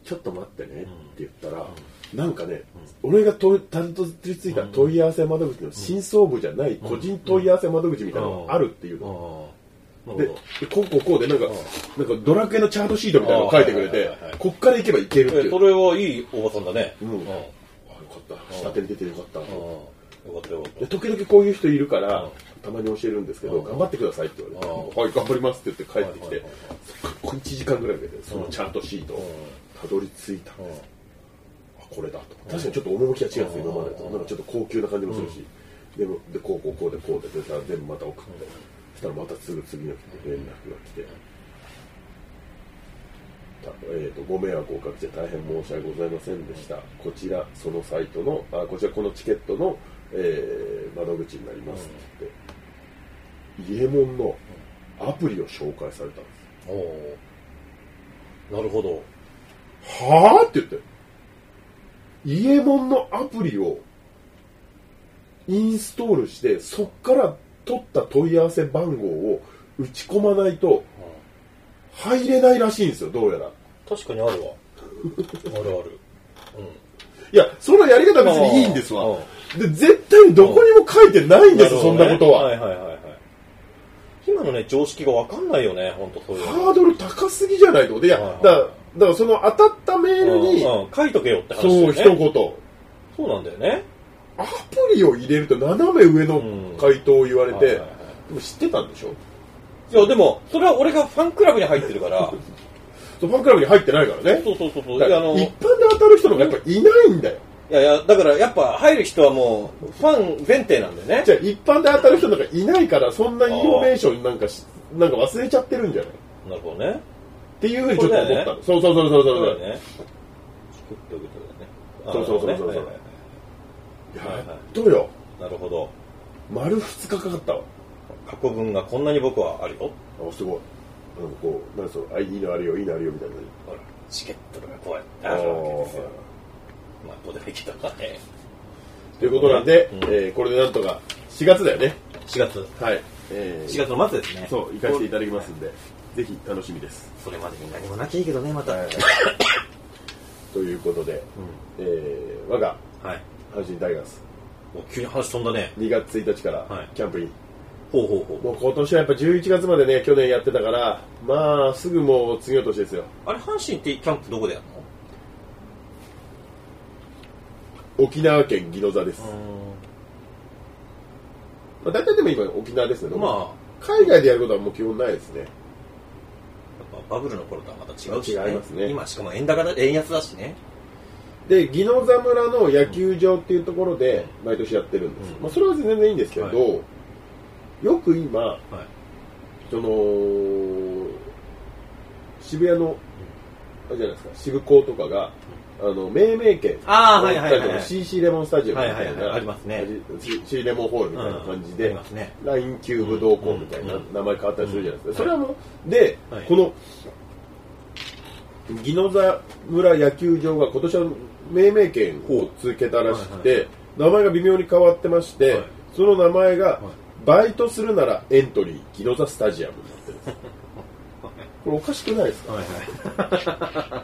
S2: ちょっと待ってねって言ったら、なんかね、俺が問い担当についた問い合わせ窓口の真相部じゃない個人問い合わせ窓口みたいなのがあるっていうの、
S1: ああ。
S2: で、でこうこうこうで、なんか、なんかドラクエのチャートシートみたいなの書いてくれ
S1: あーはいは
S2: て
S1: いはいはい、
S2: こっから行けば行けるって
S1: え
S2: い。
S1: そうれはいいおばさんだね。
S2: うん
S1: うん
S2: あよかった。下手に出てよかった。
S1: よかったよか
S2: で
S1: っ
S2: 時々こういう人いるから
S1: うん、
S2: たまに教えるんですけど、
S1: うん
S2: 頑張ってくださいって言われて、はい、頑張りますって言って帰ってき
S1: はい
S2: て
S1: はいはい、
S2: そっから1時間ぐらいかけて、そのチャートシートをたどり着いたん
S1: た。う
S2: で
S1: ん
S2: す。あこれだと。確かにちょっと趣が違うんですよ、今までと。なんかちょっと高級な感じもするし、でも、で、こうこうこうでこうで、でさ全部また送って、そしたらまたすぐ次の日に連絡が来て。たえー、とご迷惑をおかけして大変申し訳ございませんでした、こちら、そのサイトの、あこちら、このチケットの、えー窓口になりますって言って、イエモンのアプリを紹介されたんで
S1: おおなるほど。
S2: す。はぁって言って、イエモンのアプリをインストールして、そっから取った問い合わせ番号を打ち込まないと入れないらしいんですよ、どうやら。
S1: 確かにあるわ。あるある。
S2: いや、そのやり方は別にいいんです
S1: うん
S2: わ。で、絶対にどこにも書いてないん ですよ、そんなことは。
S1: はいはいはいはい。今のね、常識がわかんないよね、本当そういうの。
S2: ハードル高すぎじゃないと。で、いや、
S1: はいはい
S2: だから、だからその当たったメールに、
S1: うんうん書いとけよって話だ
S2: そう、
S1: よね。
S2: 一言。
S1: そうなんだよね。
S2: アプリを入れると斜め上の回答を言われて、
S1: うんはいはいはい
S2: でも知ってたんでしょ
S1: いや、でも、それは俺がファンクラブに入ってるから、
S2: そうファンクラブに入ってないからね。
S1: そうそうそうそう。
S2: だ
S1: い
S2: か
S1: や、あ
S2: ら
S1: の、
S2: 一
S1: い
S2: 般で当たる人の方がやっぱいないんだよ。
S1: やいや、だからやっぱ入る人はもう、ファン前提なんだよね。
S2: じゃあ一般で当たる人なんかいないから、そんなインフォメーションなんかし、なんか忘れちゃってるんじゃないっ
S1: なるほどね。
S2: ていうふうにちょっと思ったの。そうそうそうそう
S1: そうだ
S2: そう
S1: よ。ね。作っておくとだね。
S2: そうそうそうそう
S1: あなるほどねはいはいは
S2: やっとよ。
S1: いなるほど。
S2: 丸2日かかったわ
S1: 過去文がこんなに僕はあるよ。
S2: あすごいなんかこうなんかそのあいいのあるよいいのあるよみたいな
S1: ほら、チケットとかこうやってあるわけですよ。まあ、ここでできたかね。
S2: ということなんで、
S1: うん
S2: えーこれでなんとか4月だよね
S1: 4月。
S2: はい、えー
S1: 4月の末ですね。
S2: そう行かせていただきますんでぜひ楽しみです
S1: それまでに何もなきゃいいけどね、また。はい。
S2: ということで、えー我が阪神タイガース
S1: もう急に話飛んだね。
S2: 2月1日から
S1: はい
S2: キャンプイン、
S1: ほうほうほう。
S2: もう今年はやっぱ11月までね去年やってたからまあすぐもう次の年ですよ
S1: あれ、阪神ってキャンプどこでやるの
S2: 沖縄県宜野座です、まあ、大体でも今沖縄ですね、
S1: まあ、
S2: 海外でやることはもう基本ないですね
S1: やっぱバブルの頃とはまた違うし、
S2: 違いますね
S1: 今しかも円高だ円安だしね
S2: で宜野座村の野球場っていうところで毎年やってるんです、
S1: うん
S2: まあ、それは全然いいんですけど、
S1: は
S2: よく今
S1: はい
S2: その渋谷のあれじゃないですか渋港とかがあの命名権
S1: あーはいはいはいはい
S2: だったり CC レモンスタジオみたいな、
S1: はいはいはいありますね
S2: CC レモンホールみたいな感じ
S1: うん
S2: で
S1: ありますね
S2: LINE、キューブ同行みたいな
S1: うん
S2: 名前変わったりするじゃないですか、
S1: うん
S2: それはもうで、
S1: はい
S2: この宜野座村野球場が今年は命名権を続けたらしくて、名前が微妙に変わってまして、
S1: はい
S2: その名前が
S1: い
S2: バイトするならエントリー宜野座スタジアムになってるん ですこれおかしくないですか
S1: はいはい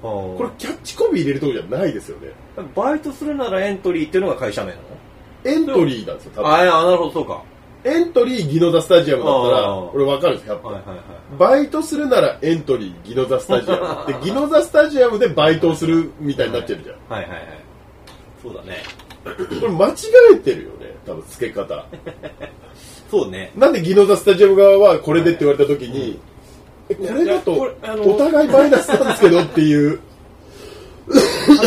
S2: こ
S1: こ
S2: れキャッチコピー入れるとこじゃないですよね
S1: れバイトするならエントリーっていうのが会社名なの
S2: エントリーなんですよ多分
S1: あいやなるほどそうか
S2: エントリー宜野座スタジアムだった
S1: あ
S2: ら
S1: ー
S2: 俺わかるんですよやっぱ
S1: はいはいはい
S2: バイトするならエントリー、ギノザスタジア ム。で、ギノザスタジアムでバイトをするみたいになってるじゃん。
S1: はいはいはいそうだね
S2: これ間違えてるよね、多分付け方。
S1: そう ね
S2: なんでギノザスタジアム側はこれでって言われた時に、えこれだ
S1: いやことれあの
S2: お互いマイナスなんですけどっていう。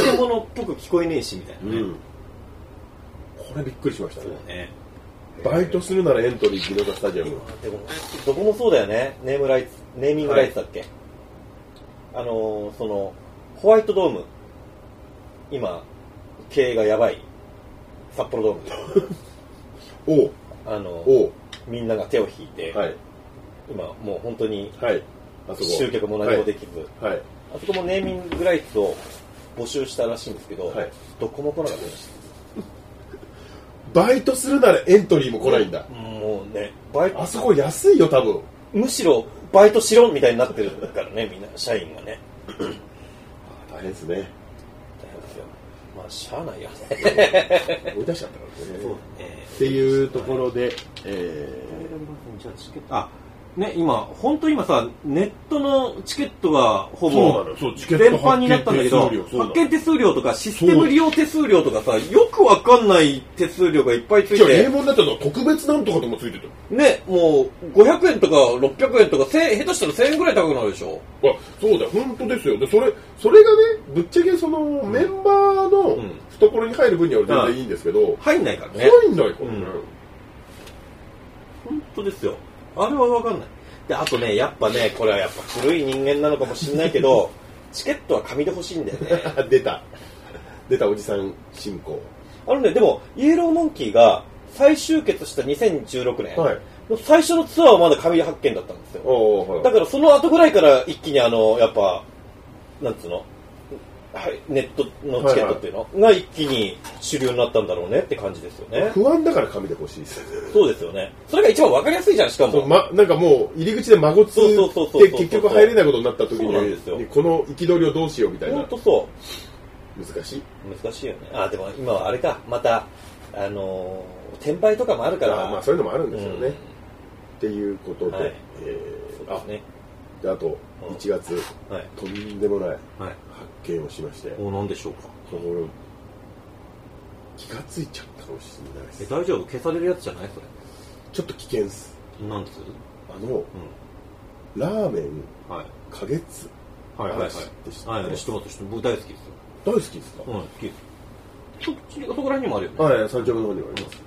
S1: 建物っぽく聞こえねえしみたいなね、
S2: うん。 これびっくりしました
S1: そう
S2: ね。
S1: ね
S2: バイトするならエントリーギノザスタジアム。
S1: でもどこもそうだよねネームライツネーミングライツだっけ、あのーそのホワイトドーム今経営がやばい札幌ドームで
S2: おう、
S1: あのー
S2: おう、
S1: みんなが手を引いて、
S2: はい、
S1: 今もう本当に
S2: はい。あそこ。
S1: 集客も何もできず、
S2: はい。
S1: あそこもネーミングライツを募集したらしいんですけど、
S2: はい
S1: どこも来なかったらしい
S2: バイトするならエントリーも来ないんだ。
S1: もうねバイト
S2: あそこ安いよ、多分。
S1: むしろバイトしろみたいになってるからねみんな社員がね
S2: 大変です
S1: 大
S2: ね。
S1: 変ですよまあしゃあないよね
S2: 追い出しちゃったからね。
S1: ね
S2: っていうところで、え
S1: じゃあチケットあね今本当今さネットのチケットがほ
S2: そう
S1: ぼ
S2: なのよそうチケット
S1: 全般になったんだけど
S2: 発券手数料そうなの
S1: 発券手数料とかシステム利用手数料とかさよくわかんない手数料がいっぱいつ
S2: ー、
S1: い
S2: じゃあ、英
S1: て
S2: 文だったの特別なんとかともついてたよ
S1: ねもう500円とか600円とか1000下手したら1000円ぐらい高くなるでしょ
S2: あそうだよ本当ですよでそれそれがねぶっちゃけそのメンバーの
S1: ん
S2: 懐に入る分には全然いいんですけど、
S1: 入んないからね
S2: 入んないからね、
S1: 本当ですよあれは分かんないであとねやっぱねこれはやっぱ古い人間なのかもしれないけどチケットは紙で欲しいんだよね
S2: 出た出たおじさん進行
S1: あのねでもイエローモンキーが再集結した2016年、
S2: はい
S1: 最初のツアーはまだ紙で発見だったんですよ
S2: おおはい
S1: だからその後ぐらいから一気にあのやっぱなんつうのはいネットのチケットっていうの、が一気に主流になったんだろうねって感じですよね
S2: 不安だから紙で欲しいです
S1: そうですよねそれが一番分かりやすいじゃんしかも
S2: そう、ま、なんかもう入り口で孫つ
S1: そうそうそうそう
S2: って結局入れないことになった時
S1: そうなんですよ
S2: にこの憤りをどうしようみたい
S1: ほん
S2: な
S1: とそう
S2: 難しい
S1: 難しいよねあでも今はあれかまたあのー転売とかもあるから
S2: まあまあそういうのもあるんですよね、
S1: うん
S2: っていうことで、
S1: はい
S2: え
S1: そう
S2: ー
S1: で
S2: あ
S1: すね
S2: であと1月、
S1: はい
S2: とんでもない
S1: はい
S2: 発見をしまして
S1: お何でしょうか
S2: その気がついちゃったかもしれないです
S1: 大丈夫消されるやつじゃないそ
S2: ちょっと危険っす
S1: れなんです
S2: あの
S1: う
S2: ラーメン
S1: んはい
S2: 花月
S1: はいはいはい
S2: 話って知って
S1: はい
S2: ま
S1: はい知っ
S2: す
S1: てます知ってます僕大好きですよ
S2: 大好きですか、
S1: うん好きですそっちそこら辺にもあるよね
S2: はい山頂の方にもあります、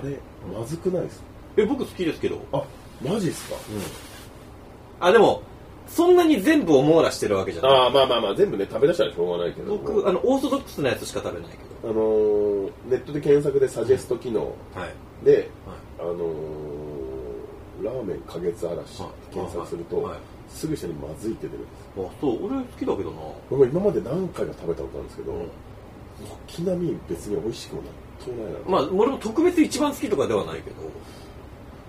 S2: あれまずくないですか
S1: え僕好きですけど
S2: あマジっすか
S1: あでもそんなに全部を網羅してるわけじゃない
S2: ああまあまあまあ全部ね食べ出したらしょうがないけど
S1: 僕あのオーソドックスなやつしか食べないけ
S2: あのーネットで検索でサジェスト機能
S1: どはい
S2: で、
S1: はい
S2: あのーラーメン花月嵐って検索すると、
S1: はいはい
S2: すぐ下にまずいって出るんです
S1: あそう俺好きだけどな
S2: 僕今まで何回か食べたことあるんですけど、
S1: うん
S2: 軒並み別に美味しくもなくないな、
S1: まあ、俺も特別一番好きとかではないけど、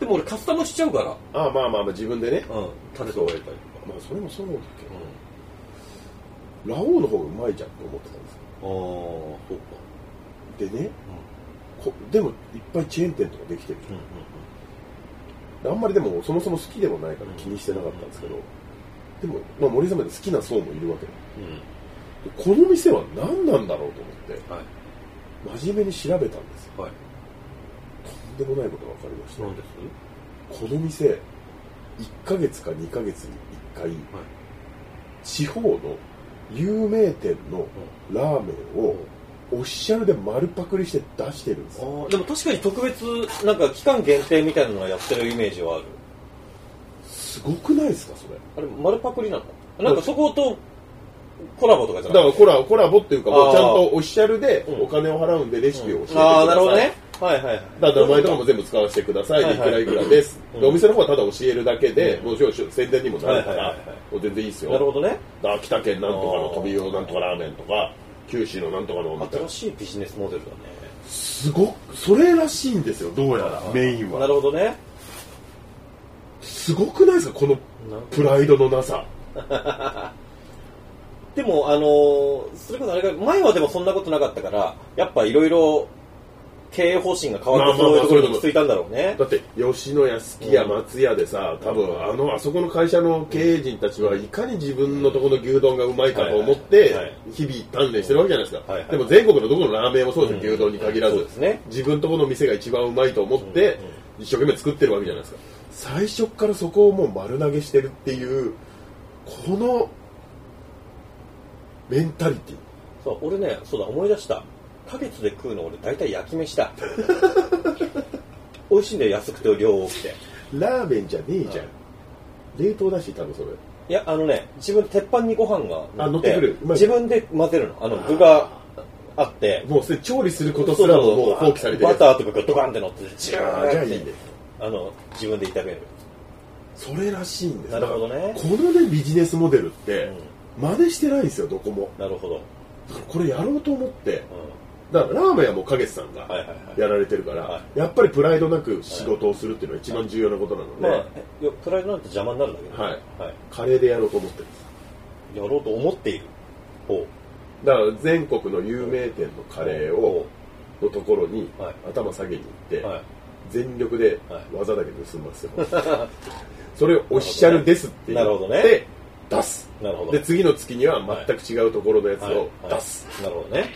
S1: でも俺カスタムしちゃうから、
S2: ああまあまあまあ自分でね、
S1: うん、食べて終えたりとか。
S2: まあそれもそうだけど、ラオウの方がうまいじゃんと思ってたんです
S1: うん、ああ、そうか。
S2: よでねこでもいっぱいチェーン店とかできてる、
S1: うん、うん、
S2: あんまりでもそもそも好きでもないから気にしてなかったんですけど、でも、まあ、森様で好きな層もいるわけで
S1: うん。うん、
S2: この店は何なんだろうと思って
S1: はい。
S2: 真面目に調べたんですよ
S1: はい。
S2: とんでもないことが分かりました、
S1: なんです
S2: この店1ヶ月か2ヶ月に1回、地方の有名店のラーメンをオフィシャルで丸パクリして出してるんです
S1: あ
S2: よ
S1: ーでも確かに特別、なんか期間限定みたいなのはやってるイメージはある。
S2: すごくないですかそれ
S1: あれ、丸パクリなのなんかそことコラボとかじゃ
S2: だか
S1: な
S2: ら
S1: い
S2: コラコラボっていうか
S1: あー
S2: もうちゃんとオフィシャルで
S1: うん
S2: お金を払うんでレシピを教えてください、
S1: ああ、なるほどね。はいはいはい。
S2: だから名前とかも全部使わせてください、、
S1: はいい
S2: く
S1: はい
S2: らいくらです、
S1: うん
S2: でお店の方はただ教えるだけで、
S1: うん
S2: もちろん宣伝にもなるか
S1: はいは
S2: ら、
S1: いはいはい
S2: もう全然いいですよ
S1: なるほどね。
S2: だから北県なんとかの飛び魚なんとかラーメンとか九州のなんとかのみたい
S1: 新
S2: な
S1: しいビジネスモデルだね。
S2: すごくそれらしいんですよどうやらメイン
S1: な
S2: は
S1: るほどね。
S2: すごくないですかこの
S1: なんか
S2: プライドのなさ
S1: でも、あのーそれこそあれが、前はでもそんなことなかったから、やっぱいろいろ経営方針が変わって、そ
S2: まあ
S1: う
S2: まあ
S1: い
S2: まあ
S1: うところに落ち着いたんだろうね。
S2: だって吉野家すき家松屋でさ多分あのあそこの会社の経営陣たちはいかに自分のとこの牛丼がうまいかと思っ
S1: はいはいは
S2: て
S1: い
S2: 日々鍛錬してるわけじゃないですか、
S1: はいはい
S2: でも全国のどこのラーメンもそうですよ、
S1: うん
S2: 牛丼に限らず、
S1: そうですね
S2: 自分とこの店が一番うまいと思って
S1: うんうん
S2: 一生懸命作ってるわけじゃないですか最初からそこをもう丸投げしてるっていうこのメンタリティ
S1: そう俺ねそうだ思い出した花月で食うの俺大体焼き飯 だ美味しいんだよ安くて量多くて
S2: ラーメンじゃねえじゃん、
S1: は
S2: 冷凍だし多分それ
S1: いやあのね自分で鉄板にご飯が
S2: あ乗ってくるうまい
S1: 自分で混ぜるのあの具があって
S2: もうすでに調理することすらももう放棄されてる
S1: バターとかがドカンって乗っててジューンっ
S2: あー
S1: て
S2: じゃあいいね
S1: あの自分で炒める
S2: それらしいんです
S1: なるほどね
S2: だからこのねビジネスモデルって真似してないんですよどこも
S1: なるほど、
S2: だからこれやろうと思って
S1: う
S2: だからラーメンはもう影さん
S1: ん、はい
S2: が
S1: はいはい
S2: やられてるから、
S1: は
S2: やっぱりプライドなく仕事をするっていうのが一番重要なことなので、
S1: まあえよプライドなんて邪魔になるんだけど、
S2: はい
S1: は
S2: カレーでやろうと思ってるんです
S1: い、やろうと思っているほ
S2: だから全国の有名店のカレーをのところに
S1: はい
S2: 頭下げに行って、
S1: うはい
S2: 全力で
S1: は
S2: 技だけ盗んますよ、それをオフィシャルですって言
S1: なるほ
S2: っ
S1: どね
S2: て出す
S1: なるほど
S2: で次の月には全く違うところのやつ
S1: はい
S2: を
S1: はい
S2: 出す、
S1: なるほどね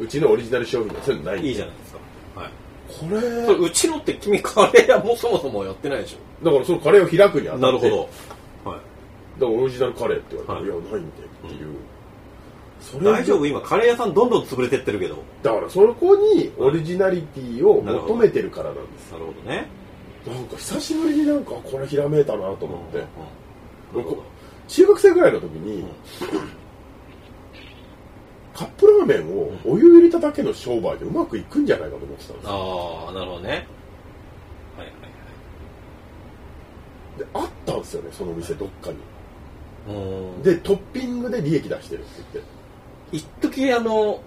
S2: うちのオリジナル商品はそういうのない
S1: いいじゃないですか、はい、
S2: これ
S1: それうちのって君カレー屋もそもそもやってないでし
S2: だからそのカレーを開くにあたっ
S1: ょ
S2: て
S1: なるほど、はい、
S2: だからオリジナルカレーって言われて、、
S1: はい
S2: やないんでっていう、それ
S1: 大丈夫今カレー屋さんどんどん潰れてってるけど
S2: だからそこにオリジナリティを求めてるからなんです
S1: なるほどね
S2: なんか久しぶりになんかこれひらめいたなと思って、
S1: うんうんうんなるほど
S2: 中学生ぐらいの時に、
S1: うん
S2: カップラーメンをお湯入れただけの商売でうまくいくんじゃないかと思ってたんですよ
S1: ああなるほどねはいはい
S2: であったんですよねその店どっかに
S1: はいうーん
S2: でトッピングで利益出してるって言って
S1: 一時あの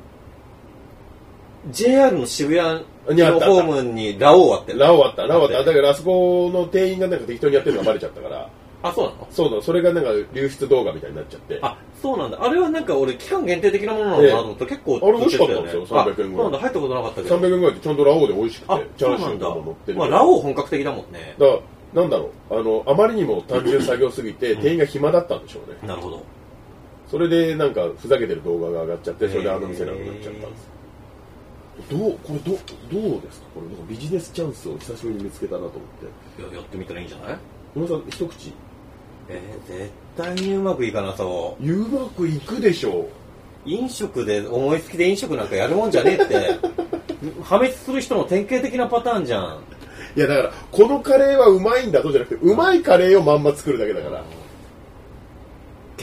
S1: JR の渋谷
S2: にあっ
S1: の
S2: たあ
S1: ホ
S2: った
S1: ームにラオウあって
S2: ラオあったラオあった
S1: あっ
S2: だ
S1: た
S2: からあそこの店員がなんか適当にやってるのがバレちゃったから
S1: あそうなの
S2: そうなのそれがなんか流出動画みたいになっちゃって
S1: あそうなんだあれはなんか俺期間限定的なものなのかなと思ったら結構
S2: あれ美味しかったんですよ
S1: 途中だね
S2: 300円ぐら
S1: あ
S2: い
S1: そうなんだ入ったことなかったけど
S2: 300円ぐらいでちゃんとラオウで美味しく
S1: あ
S2: てチ
S1: そ
S2: ャ
S1: う
S2: ーシ
S1: な
S2: ュー
S1: ん
S2: とか
S1: だ
S2: も乗ってる
S1: まあラオウ本格的だもんね
S2: だからなんだろうあのあまりにも単純作業すぎて店員が暇だったんでしょうね
S1: なるほど
S2: それでなんかふざけてる動画が上がっちゃってそれであの店なくなっちゃったんですどうこれどどうですかこれなんかビジネスチャンスを久しぶりに見つけたなと思って
S1: いややってみたらいいんじゃない
S2: 皆さん一口
S1: えー、絶対にうまくいかなそう
S2: まくいくでしょ
S1: 飲食で思いつきで飲食なんかやるもんじゃねえって 破滅する人の典型的なパターンじゃん
S2: ういやだからこのカレーはうまいんだとじゃなくてうまいカレーをまんま作るだけだから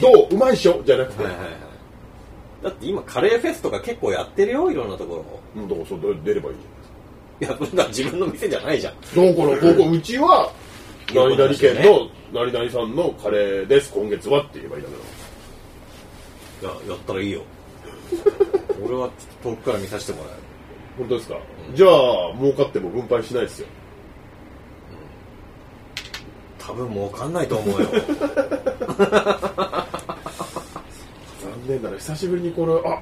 S2: どううまいっしょじゃなくて、
S1: はいはいはいだって今カレーフェスとか結構やってるよいろんなところ
S2: うんだからそれ出ればいいじゃない
S1: いや
S2: ですか
S1: そんな自分の店じゃないじゃん
S2: だからここうちは何々県の何々さんのカレーです今月はって言えばいいんだけ
S1: いややったらいいよ 俺はちょっと遠くから見させてもら
S2: ど本当ですか、じゃあ儲かっても分配しないですよ
S1: え多分儲かんないと思う よ
S2: 残念だね久しぶりにこれあ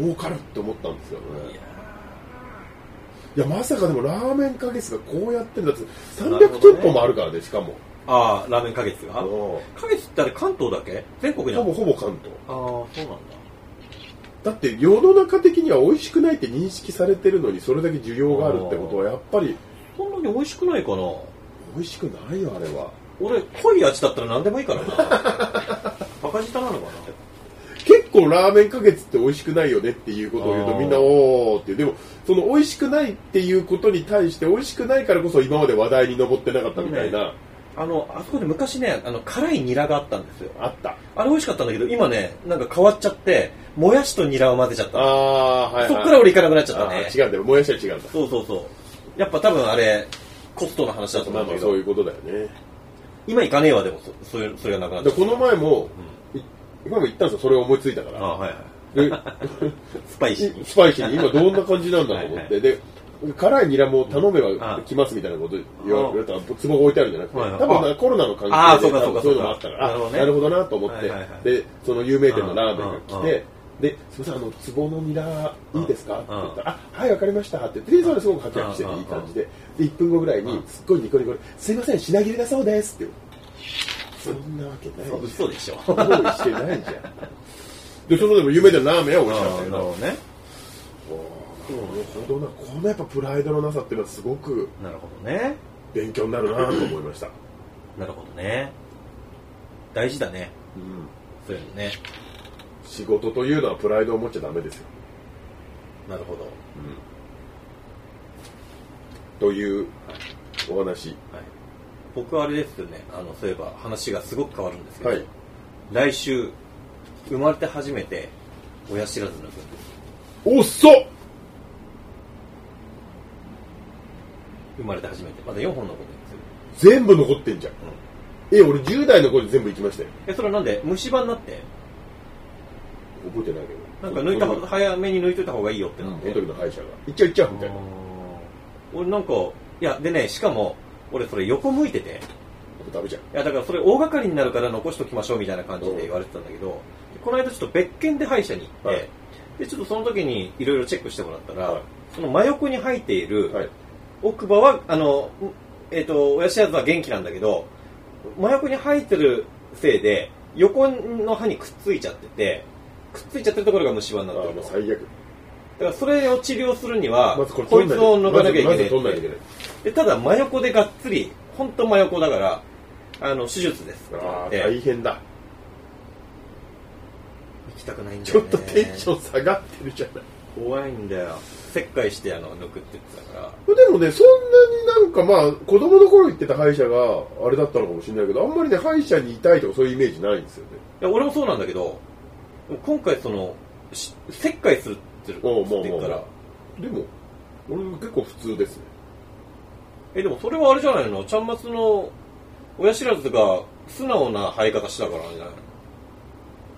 S2: 儲かるって思ったんですよね
S1: いや
S2: いやまさかでもラーメン花月がこうやってるんだって
S1: なるほ
S2: 300
S1: どね
S2: 店舗もあるからねしかも
S1: ああラーメン花月が
S2: あのほ
S1: 花月ってあれ関東だけ全国にある
S2: ぼほぼ関東
S1: ああそうなんだ
S2: だって世の中的には美味しくないって認識されてるのにそれだけ需要があるってことはやっぱり
S1: そんなに美味しくないかな
S2: 美味しくないよあれは
S1: 俺濃い味だったら何でもいいから なバカ舌なのかな
S2: 結構ラーメン花月って美味しくないよねっていうことを言う
S1: あ
S2: と
S1: ー
S2: みんなおーっていうでもその美味しくないっていうことに対して美味しくないからこそ今まで話題に上ってなかったみたいな、
S1: あの、あそこで昔ね、あの、辛いニラがあったんですよ。
S2: あった
S1: あれ美味しかったんだけど、今ね、なんか変わっちゃって、もやしとニラを混ぜちゃったの。
S2: ああーはい、はい、
S1: そっから俺行かなくなっちゃっ
S2: あ
S1: たね。
S2: ー違うんだよもやしは違うんだ
S1: そうそうそう。やっぱ多分あれ、コストの話だと思
S2: ま
S1: う
S2: あ
S1: んだけ
S2: まあそ
S1: ど
S2: うい、うことだよね
S1: 今行かねえわ、でも、そそれそれがなくなっち
S2: で
S1: ゃった。
S2: この前も、いこの前も行ったんですよそれを思いついたか
S1: あ
S2: ら
S1: はいはい。
S2: で
S1: スパイシーに。
S2: スパイシーに今どんな感じなんだと思ってで辛いニラも頼めば
S1: あ
S2: 来ますみたいなこと言われたら、壺が置いてあるんじゃなくて、
S1: はいはい
S2: 多分なコロナの関
S1: ああそ
S2: 係
S1: う
S2: で
S1: かそ
S2: 多
S1: う
S2: 分
S1: か
S2: そういうのもあったから、
S1: なるほどね
S2: なるほどなと思って、
S1: はいはいはい
S2: で、その有名店のラーメンが
S1: うん
S2: 来
S1: うんう
S2: て、で、すみません、あの、壺のニラいいですかって言ったら、あ、はい、わかりましたって、で、それすごく活躍して
S1: うんうん
S2: ていい感じで、で、1分後ぐらいに、すっごいニコニコで、すいません、品切れだそうですって言う。そんなわけない
S1: そう
S2: じ
S1: 嘘でしょ。
S2: ゃん。用意してないじゃん。で、そのでも有名店のラーメンは美味しかったけど、
S1: ね。
S2: なるほどなこのやっぱプライドのなさっていうのはすごく
S1: なるほどね。
S2: 勉強になるなと思いました、
S1: なるほどね。大事だね。
S2: うん、
S1: そういうのね。
S2: 仕事というのはプライドを持っちゃダメですよ
S1: なるほど。
S2: というお話
S1: はい。僕はあれですよね、あの、そういえば話がすごく変わるんですけど、
S2: はい
S1: 来週、生まれて初めて、親知らずの分です。
S2: おっそ
S1: 生まれて初めて。まだ4本残ってるんですよ。
S2: 全部残ってんじゃん、え俺10代の頃に全部行きましたよ
S1: え、それはなんで、虫歯になって、
S2: 覚えてないけ
S1: な
S2: ど
S1: んか抜いた方
S2: が
S1: 早めに抜いといた方がいいよってなっ
S2: そ
S1: て。
S2: の時の歯医者が行っちゃう行っちゃうみたいな
S1: 俺なんか、いや、でね、しかも、俺それ横向いてて、
S2: ダメじゃん
S1: いやだからそれ大掛かりになるから残しときましょうみたいな感じで言われてたんだけど、この間ちょっと別件で歯医者に行って、
S2: はい
S1: でちょっとその時にいろいろチェックしてもらったら、
S2: はい
S1: その真横に生えている、
S2: はい
S1: 奥歯は、あの、うえっ、と、親知らずは元気なんだけど、真横に生えてるせいで、横の歯にくっついちゃってて、くっついちゃってるところが虫歯に
S2: あ
S1: なってるの。
S2: もう
S1: だか
S2: 最悪
S1: らそれを治療するには、
S2: まずこれ
S1: こ
S2: 取
S1: い
S2: ん
S1: つ
S2: な
S1: を
S2: い
S1: 抜かなきゃいけない
S2: まずまず取んないといけない
S1: でただ真横でがっつり本当真横だからあの手術ですって言
S2: あ
S1: われ
S2: あ
S1: て
S2: 大変だ
S1: 行きたくないんだ
S2: ちょ
S1: よ、
S2: っ
S1: ね、
S2: とテンション下がってるじゃない
S1: 怖いんだよ切開してあの抜くって言ってたから
S2: でもね、そんなになんかまあ、子供の頃行ってた歯医者があれだったのかもしれないけど、あんまりね、歯医者にいたいとかそういうイメージないんですよね。
S1: いや俺もそうなんだけどでも今回そのし切開するって言
S2: おう
S1: っ
S2: まあ
S1: て言った
S2: ま
S1: ら
S2: あまあ。でも、俺結構普通ですね。
S1: えでもそれはあれじゃないのちゃんまつの親知らずが素直な生え方したからじゃないの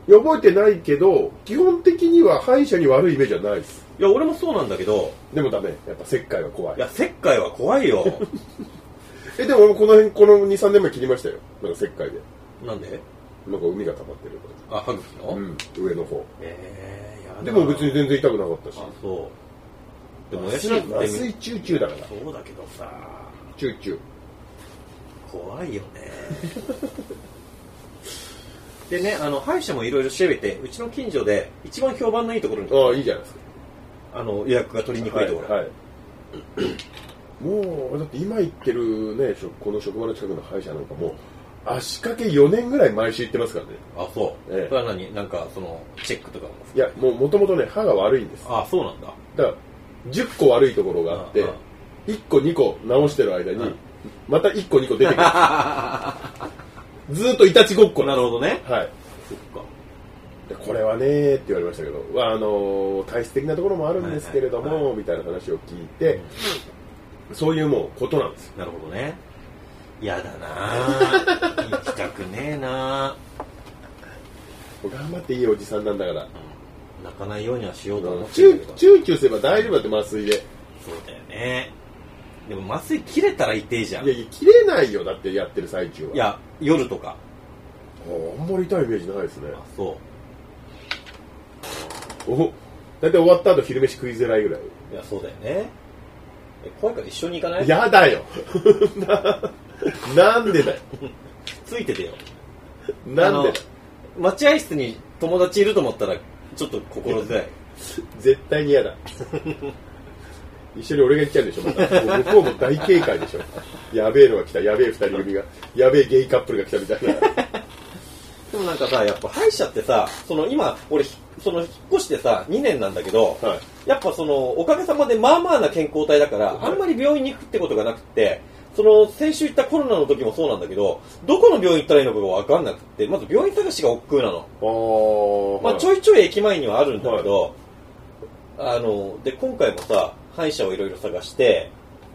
S2: いや覚えてないけど、基本的には歯医者に悪いイメージはないです。
S1: いや俺もそうなんだけど
S2: でもダメ。やっぱ切開は怖
S1: い
S2: い。
S1: や切開は怖 いよ
S2: え、でも俺もこの辺、この2、3年前切りましたよ。なんか切開で。
S1: なんで
S2: なんか海が溜まってるか
S1: あ歯茎の、
S2: ら。うん、上の方。
S1: ええやだ
S2: でも別に全然痛くなかったし。
S1: あそうでも親知らず
S2: 麻
S1: って
S2: 酔チューチューだから。
S1: そうだけどさ
S2: チューチュー。
S1: 怖いよね でねあの歯医者もいろいろ調べてうちの近所で一番評判のいいところに
S2: ああ、いいじゃないですか。
S1: あの予約が取りにくいところ、
S2: はいはいもうだって今行ってるね職この職場の近くの歯医者なんかもう足掛け4年ぐらい毎週行ってますからね
S1: あそう、
S2: ええ
S1: それは何なんかそのチェックとかも
S2: いやもうもともとね歯が悪いんです
S1: あそうなんだ
S2: だから10個悪いところがあって
S1: うんうん
S2: 1個2個直してる間
S1: う
S2: に
S1: ん
S2: また1個2個出てく るずーっといたちごっこ
S1: な
S2: な
S1: るほどね
S2: はい
S1: そっか
S2: でこれはねーって言われましたけど、まああのー体質的なところもあるんですけれども、
S1: はいはい
S2: みたいな話を聞いて、そういうもうことなんですよ
S1: なるほどねやだな ぁ行きたくねえな
S2: 頑張っていいおじさんなんだから
S1: ぁ泣かないようにはしようと思って
S2: チュ
S1: るけ
S2: ー
S1: ど
S2: チューチューすれば大丈夫だって麻酔でい
S1: そうだよねでも麻酔切れたら痛いじゃ
S2: や
S1: んいや
S2: いや切れないよだってやってる最中は
S1: 夜とか
S2: ああんまり痛いイメージないですね
S1: あそう
S2: お大体終わった後昼飯食いづらいぐらい
S1: いや、そうだよね。え怖いから一緒に行かない
S2: やだよ ななんでだよ
S1: ついててよ。
S2: なんでだ
S1: あ
S2: よ
S1: の待合室に友達いると思ったら、ちょっと心強い。
S2: 絶対に嫌だ一緒に俺が行っちゃうんでしょまたもう向こうも大警戒でしょやべえのが来たやべえ二人組がやべえゲイカップルが来たみたいな
S1: でもなんかさ、やっぱ歯医者ってさ、その今、俺、ひその引っ越してさ、2年なんだけど、
S2: はい
S1: やっぱその、おかげさまでまあまあな健康体だから、
S2: はい
S1: あんまり病院に行くってことがなくって、その、先週行ったコロナの時もそうなんだけど、どこの病院行ったらいいのかがわかんなくって、まず病院探しが億劫なの。
S2: あー
S1: まあ、
S2: はい
S1: ちょいちょい駅前にはあるんだけど、あので今回もさ歯医者をいろいろ探して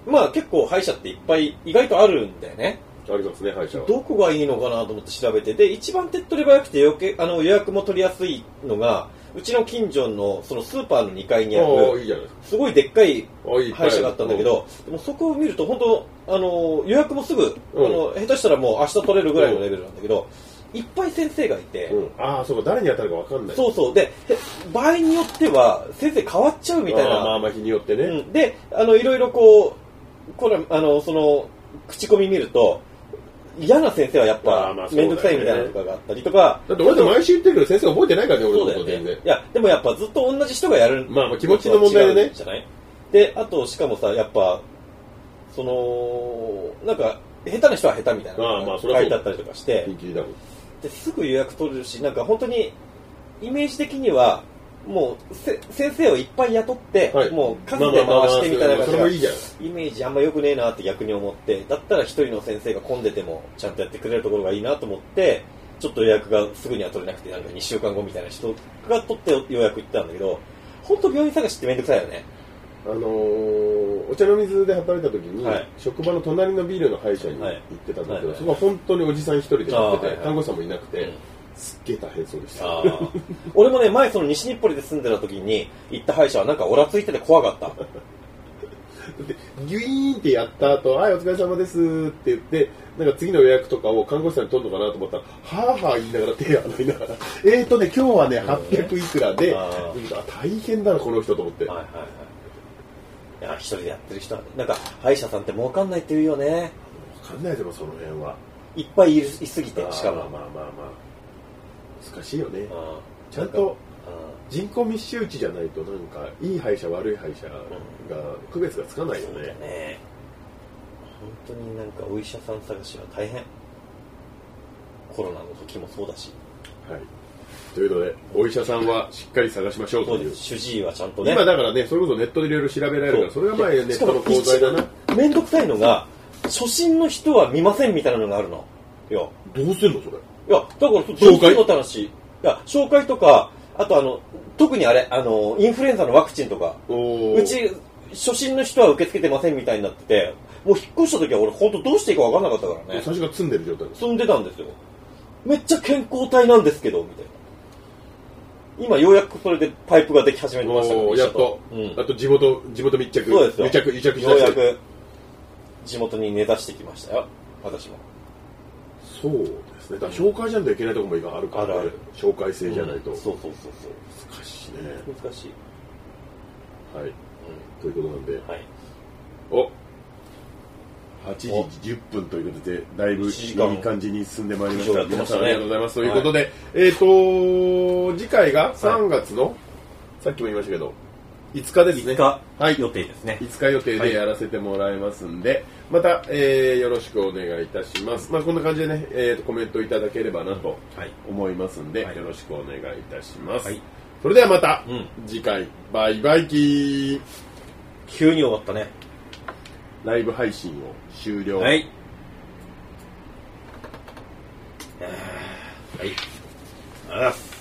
S1: まあ結構歯医者っていっぱい意外とあるんだよね
S2: ありますね歯医者は
S1: どこがいいのかなと思って調べてで一番手っ取り早くてよけあの予約も取りやすいのがうちの近所のそのスーパーの2階にあ
S2: ああい
S1: る
S2: いじゃないですか
S1: すごいでっかい
S2: あいっぱ
S1: 歯
S2: い
S1: 医者があったんだけどでもそこを見ると本当あの予約もすぐ、
S2: うん
S1: あの下手したらもう明日取れるぐらいのレベルなんだけど、いっぱい先生がいて、
S2: うん、ああそうか誰に当たるか分かんない
S1: そうそう。で、へ場合によっては、先生変わっちゃうみたい
S2: あーまあ
S1: な。
S2: まあ日によってね、
S1: うん、で、あの、いろいろこう、これ、あの、その、口コミ見ると、嫌な先生はやっ
S2: あ
S1: ぱ
S2: ーまあ、そうだ
S1: めん
S2: よね
S1: どくさいみたいなのとかがあったりとか、
S2: だって俺と毎週言ってるけど先生覚えてないからね俺
S1: そう
S2: の
S1: だ
S2: こと
S1: よ
S2: 全
S1: ね
S2: 然。
S1: いや、でもやっぱずっと同じ人がやる。
S2: まあまあ気持ちの問題でね
S1: 違うんじゃないで、あと、しかもさ、やっぱ、その、なんか、下手な人は下手みたいな
S2: あーまあ
S1: の
S2: そ
S1: が書
S2: れはそう
S1: いてあったりとかして、
S2: ピンキリだもん
S1: ですぐ予約取れるし、なんか本当にイメージ的には、もうせ先生をいっぱい雇って、
S2: はい
S1: もう数で回してみたいな
S2: まあまあまあまあ
S1: 感
S2: それもいい
S1: じ
S2: じ
S1: が
S2: ゃん
S1: イメージあんま良くねえなって逆に思って、だったら一人の先生が混んでてもちゃんとやってくれるところがいいなと思って、ちょっと予約がすぐには取れなくて、なんか2週間後みたいな人が取って予約行ったんだけど、本当病院探しってめんどくさいよね。
S2: あのーお茶の水で働いた時に、
S1: はい
S2: 職場の隣のビールの歯医者に行ってたんだけど、
S1: はいはい
S2: そこは本当におじさん一人でやって
S1: あー
S2: て、
S1: はいはい
S2: 看護師さんもいなくて、
S1: うん
S2: すっげえ大変そうでした
S1: ああ俺もね、前その西日暮里で住んでた時に行った歯医者はなんかオラついてて怖かった。
S2: でギュイーンってやった後はいお疲れ様ですって言ってなんか次の予約とかを看護師さんに取るのかなと思ったらはーはー言いながら手洗いながらえーとね今日はね800いくらで、
S1: あー
S2: 見たら大変だなこの人と思って、
S1: はいはいはい。いや、一人でやってる人はね、なんか、歯医者さんって儲かんないって言うよね。
S2: 分かんないでもその辺はい
S1: っぱいいるいすぎて、しか
S2: あー
S1: も。
S2: まあまあまあまあ難しいよね
S1: うん
S2: ちゃんと
S1: う
S2: 人口密集地じゃないとなんかいい歯医者悪い歯医者が区別がつか
S1: ん
S2: ないよ
S1: そうだ
S2: ね
S1: ね。本当になんか、お医者さん探しは大変。コロナの時もそうだし。
S2: はいということでお医者さんはしっかり探しましょう
S1: そ
S2: と
S1: う
S2: い
S1: で
S2: う
S1: す。主治医はちゃんとね。
S2: 今だからねそれこそネットでいろいろ調べられるからそれがまあネ
S1: で
S2: ッ
S1: しか
S2: ト
S1: も
S2: の功罪だな
S1: 一めんどくさいのが、初心の人は見ませんみたいなのがあるの。いや、い
S2: どうすんのそれ
S1: や、だから、紹
S2: 介
S1: の話。いや、紹介とか、あとあの、特にあれ、あの、インフルエンザのワクチンとか、
S2: おー
S1: うち、初心の人は受け付けてませんみたいになってて、もう引っ越した時は俺本当どうしていいか分かんなかったから
S2: 最
S1: ね。
S2: 初から積んでる状態です
S1: 住んでたんですよ。めっちゃ健康体なんですけど、みたいな。今ようやくそれでパイプができ始めてましたから
S2: おーやっと
S1: うん
S2: あと地元地元密着
S1: そうですよ。
S2: 癒着癒着し
S1: よう
S2: だ
S1: や
S2: して
S1: く地元に根ざしてきましたよ。私も。
S2: そうですねだから紹介じゃないといけないとこも今あるから
S1: あるあ
S2: ね
S1: る
S2: 紹介制じゃないと
S1: うん
S2: 難
S1: そうそうそう
S2: しいね
S1: そう。難しい。
S2: はいということなんで
S1: うん。はい。
S2: お8時10分ということで、だいぶいい感じに進んでまいりまし
S1: 一時
S2: た。
S1: 間
S2: 皆さんありがとうございます。と
S1: はいいう
S2: ことで、えっ、と、次回が3月の、さっきも言いましたけど、5日ですね。
S1: 5日
S2: はい
S1: 予定ですね。
S2: 5日予定でやらせてもらいますんで、また、えーよろしくお願いいたします。まあ、こんな感じでね、えーとコメントいただければなと
S1: はい。
S2: 思いますんで、
S1: はい
S2: よろしくお願いいたします。
S1: はい
S2: それではまた、
S1: うん
S2: 次回、バイバイキー
S1: 急に終わったね。
S2: ライブ配信を終了。
S1: はい。はい。ありがとうございます。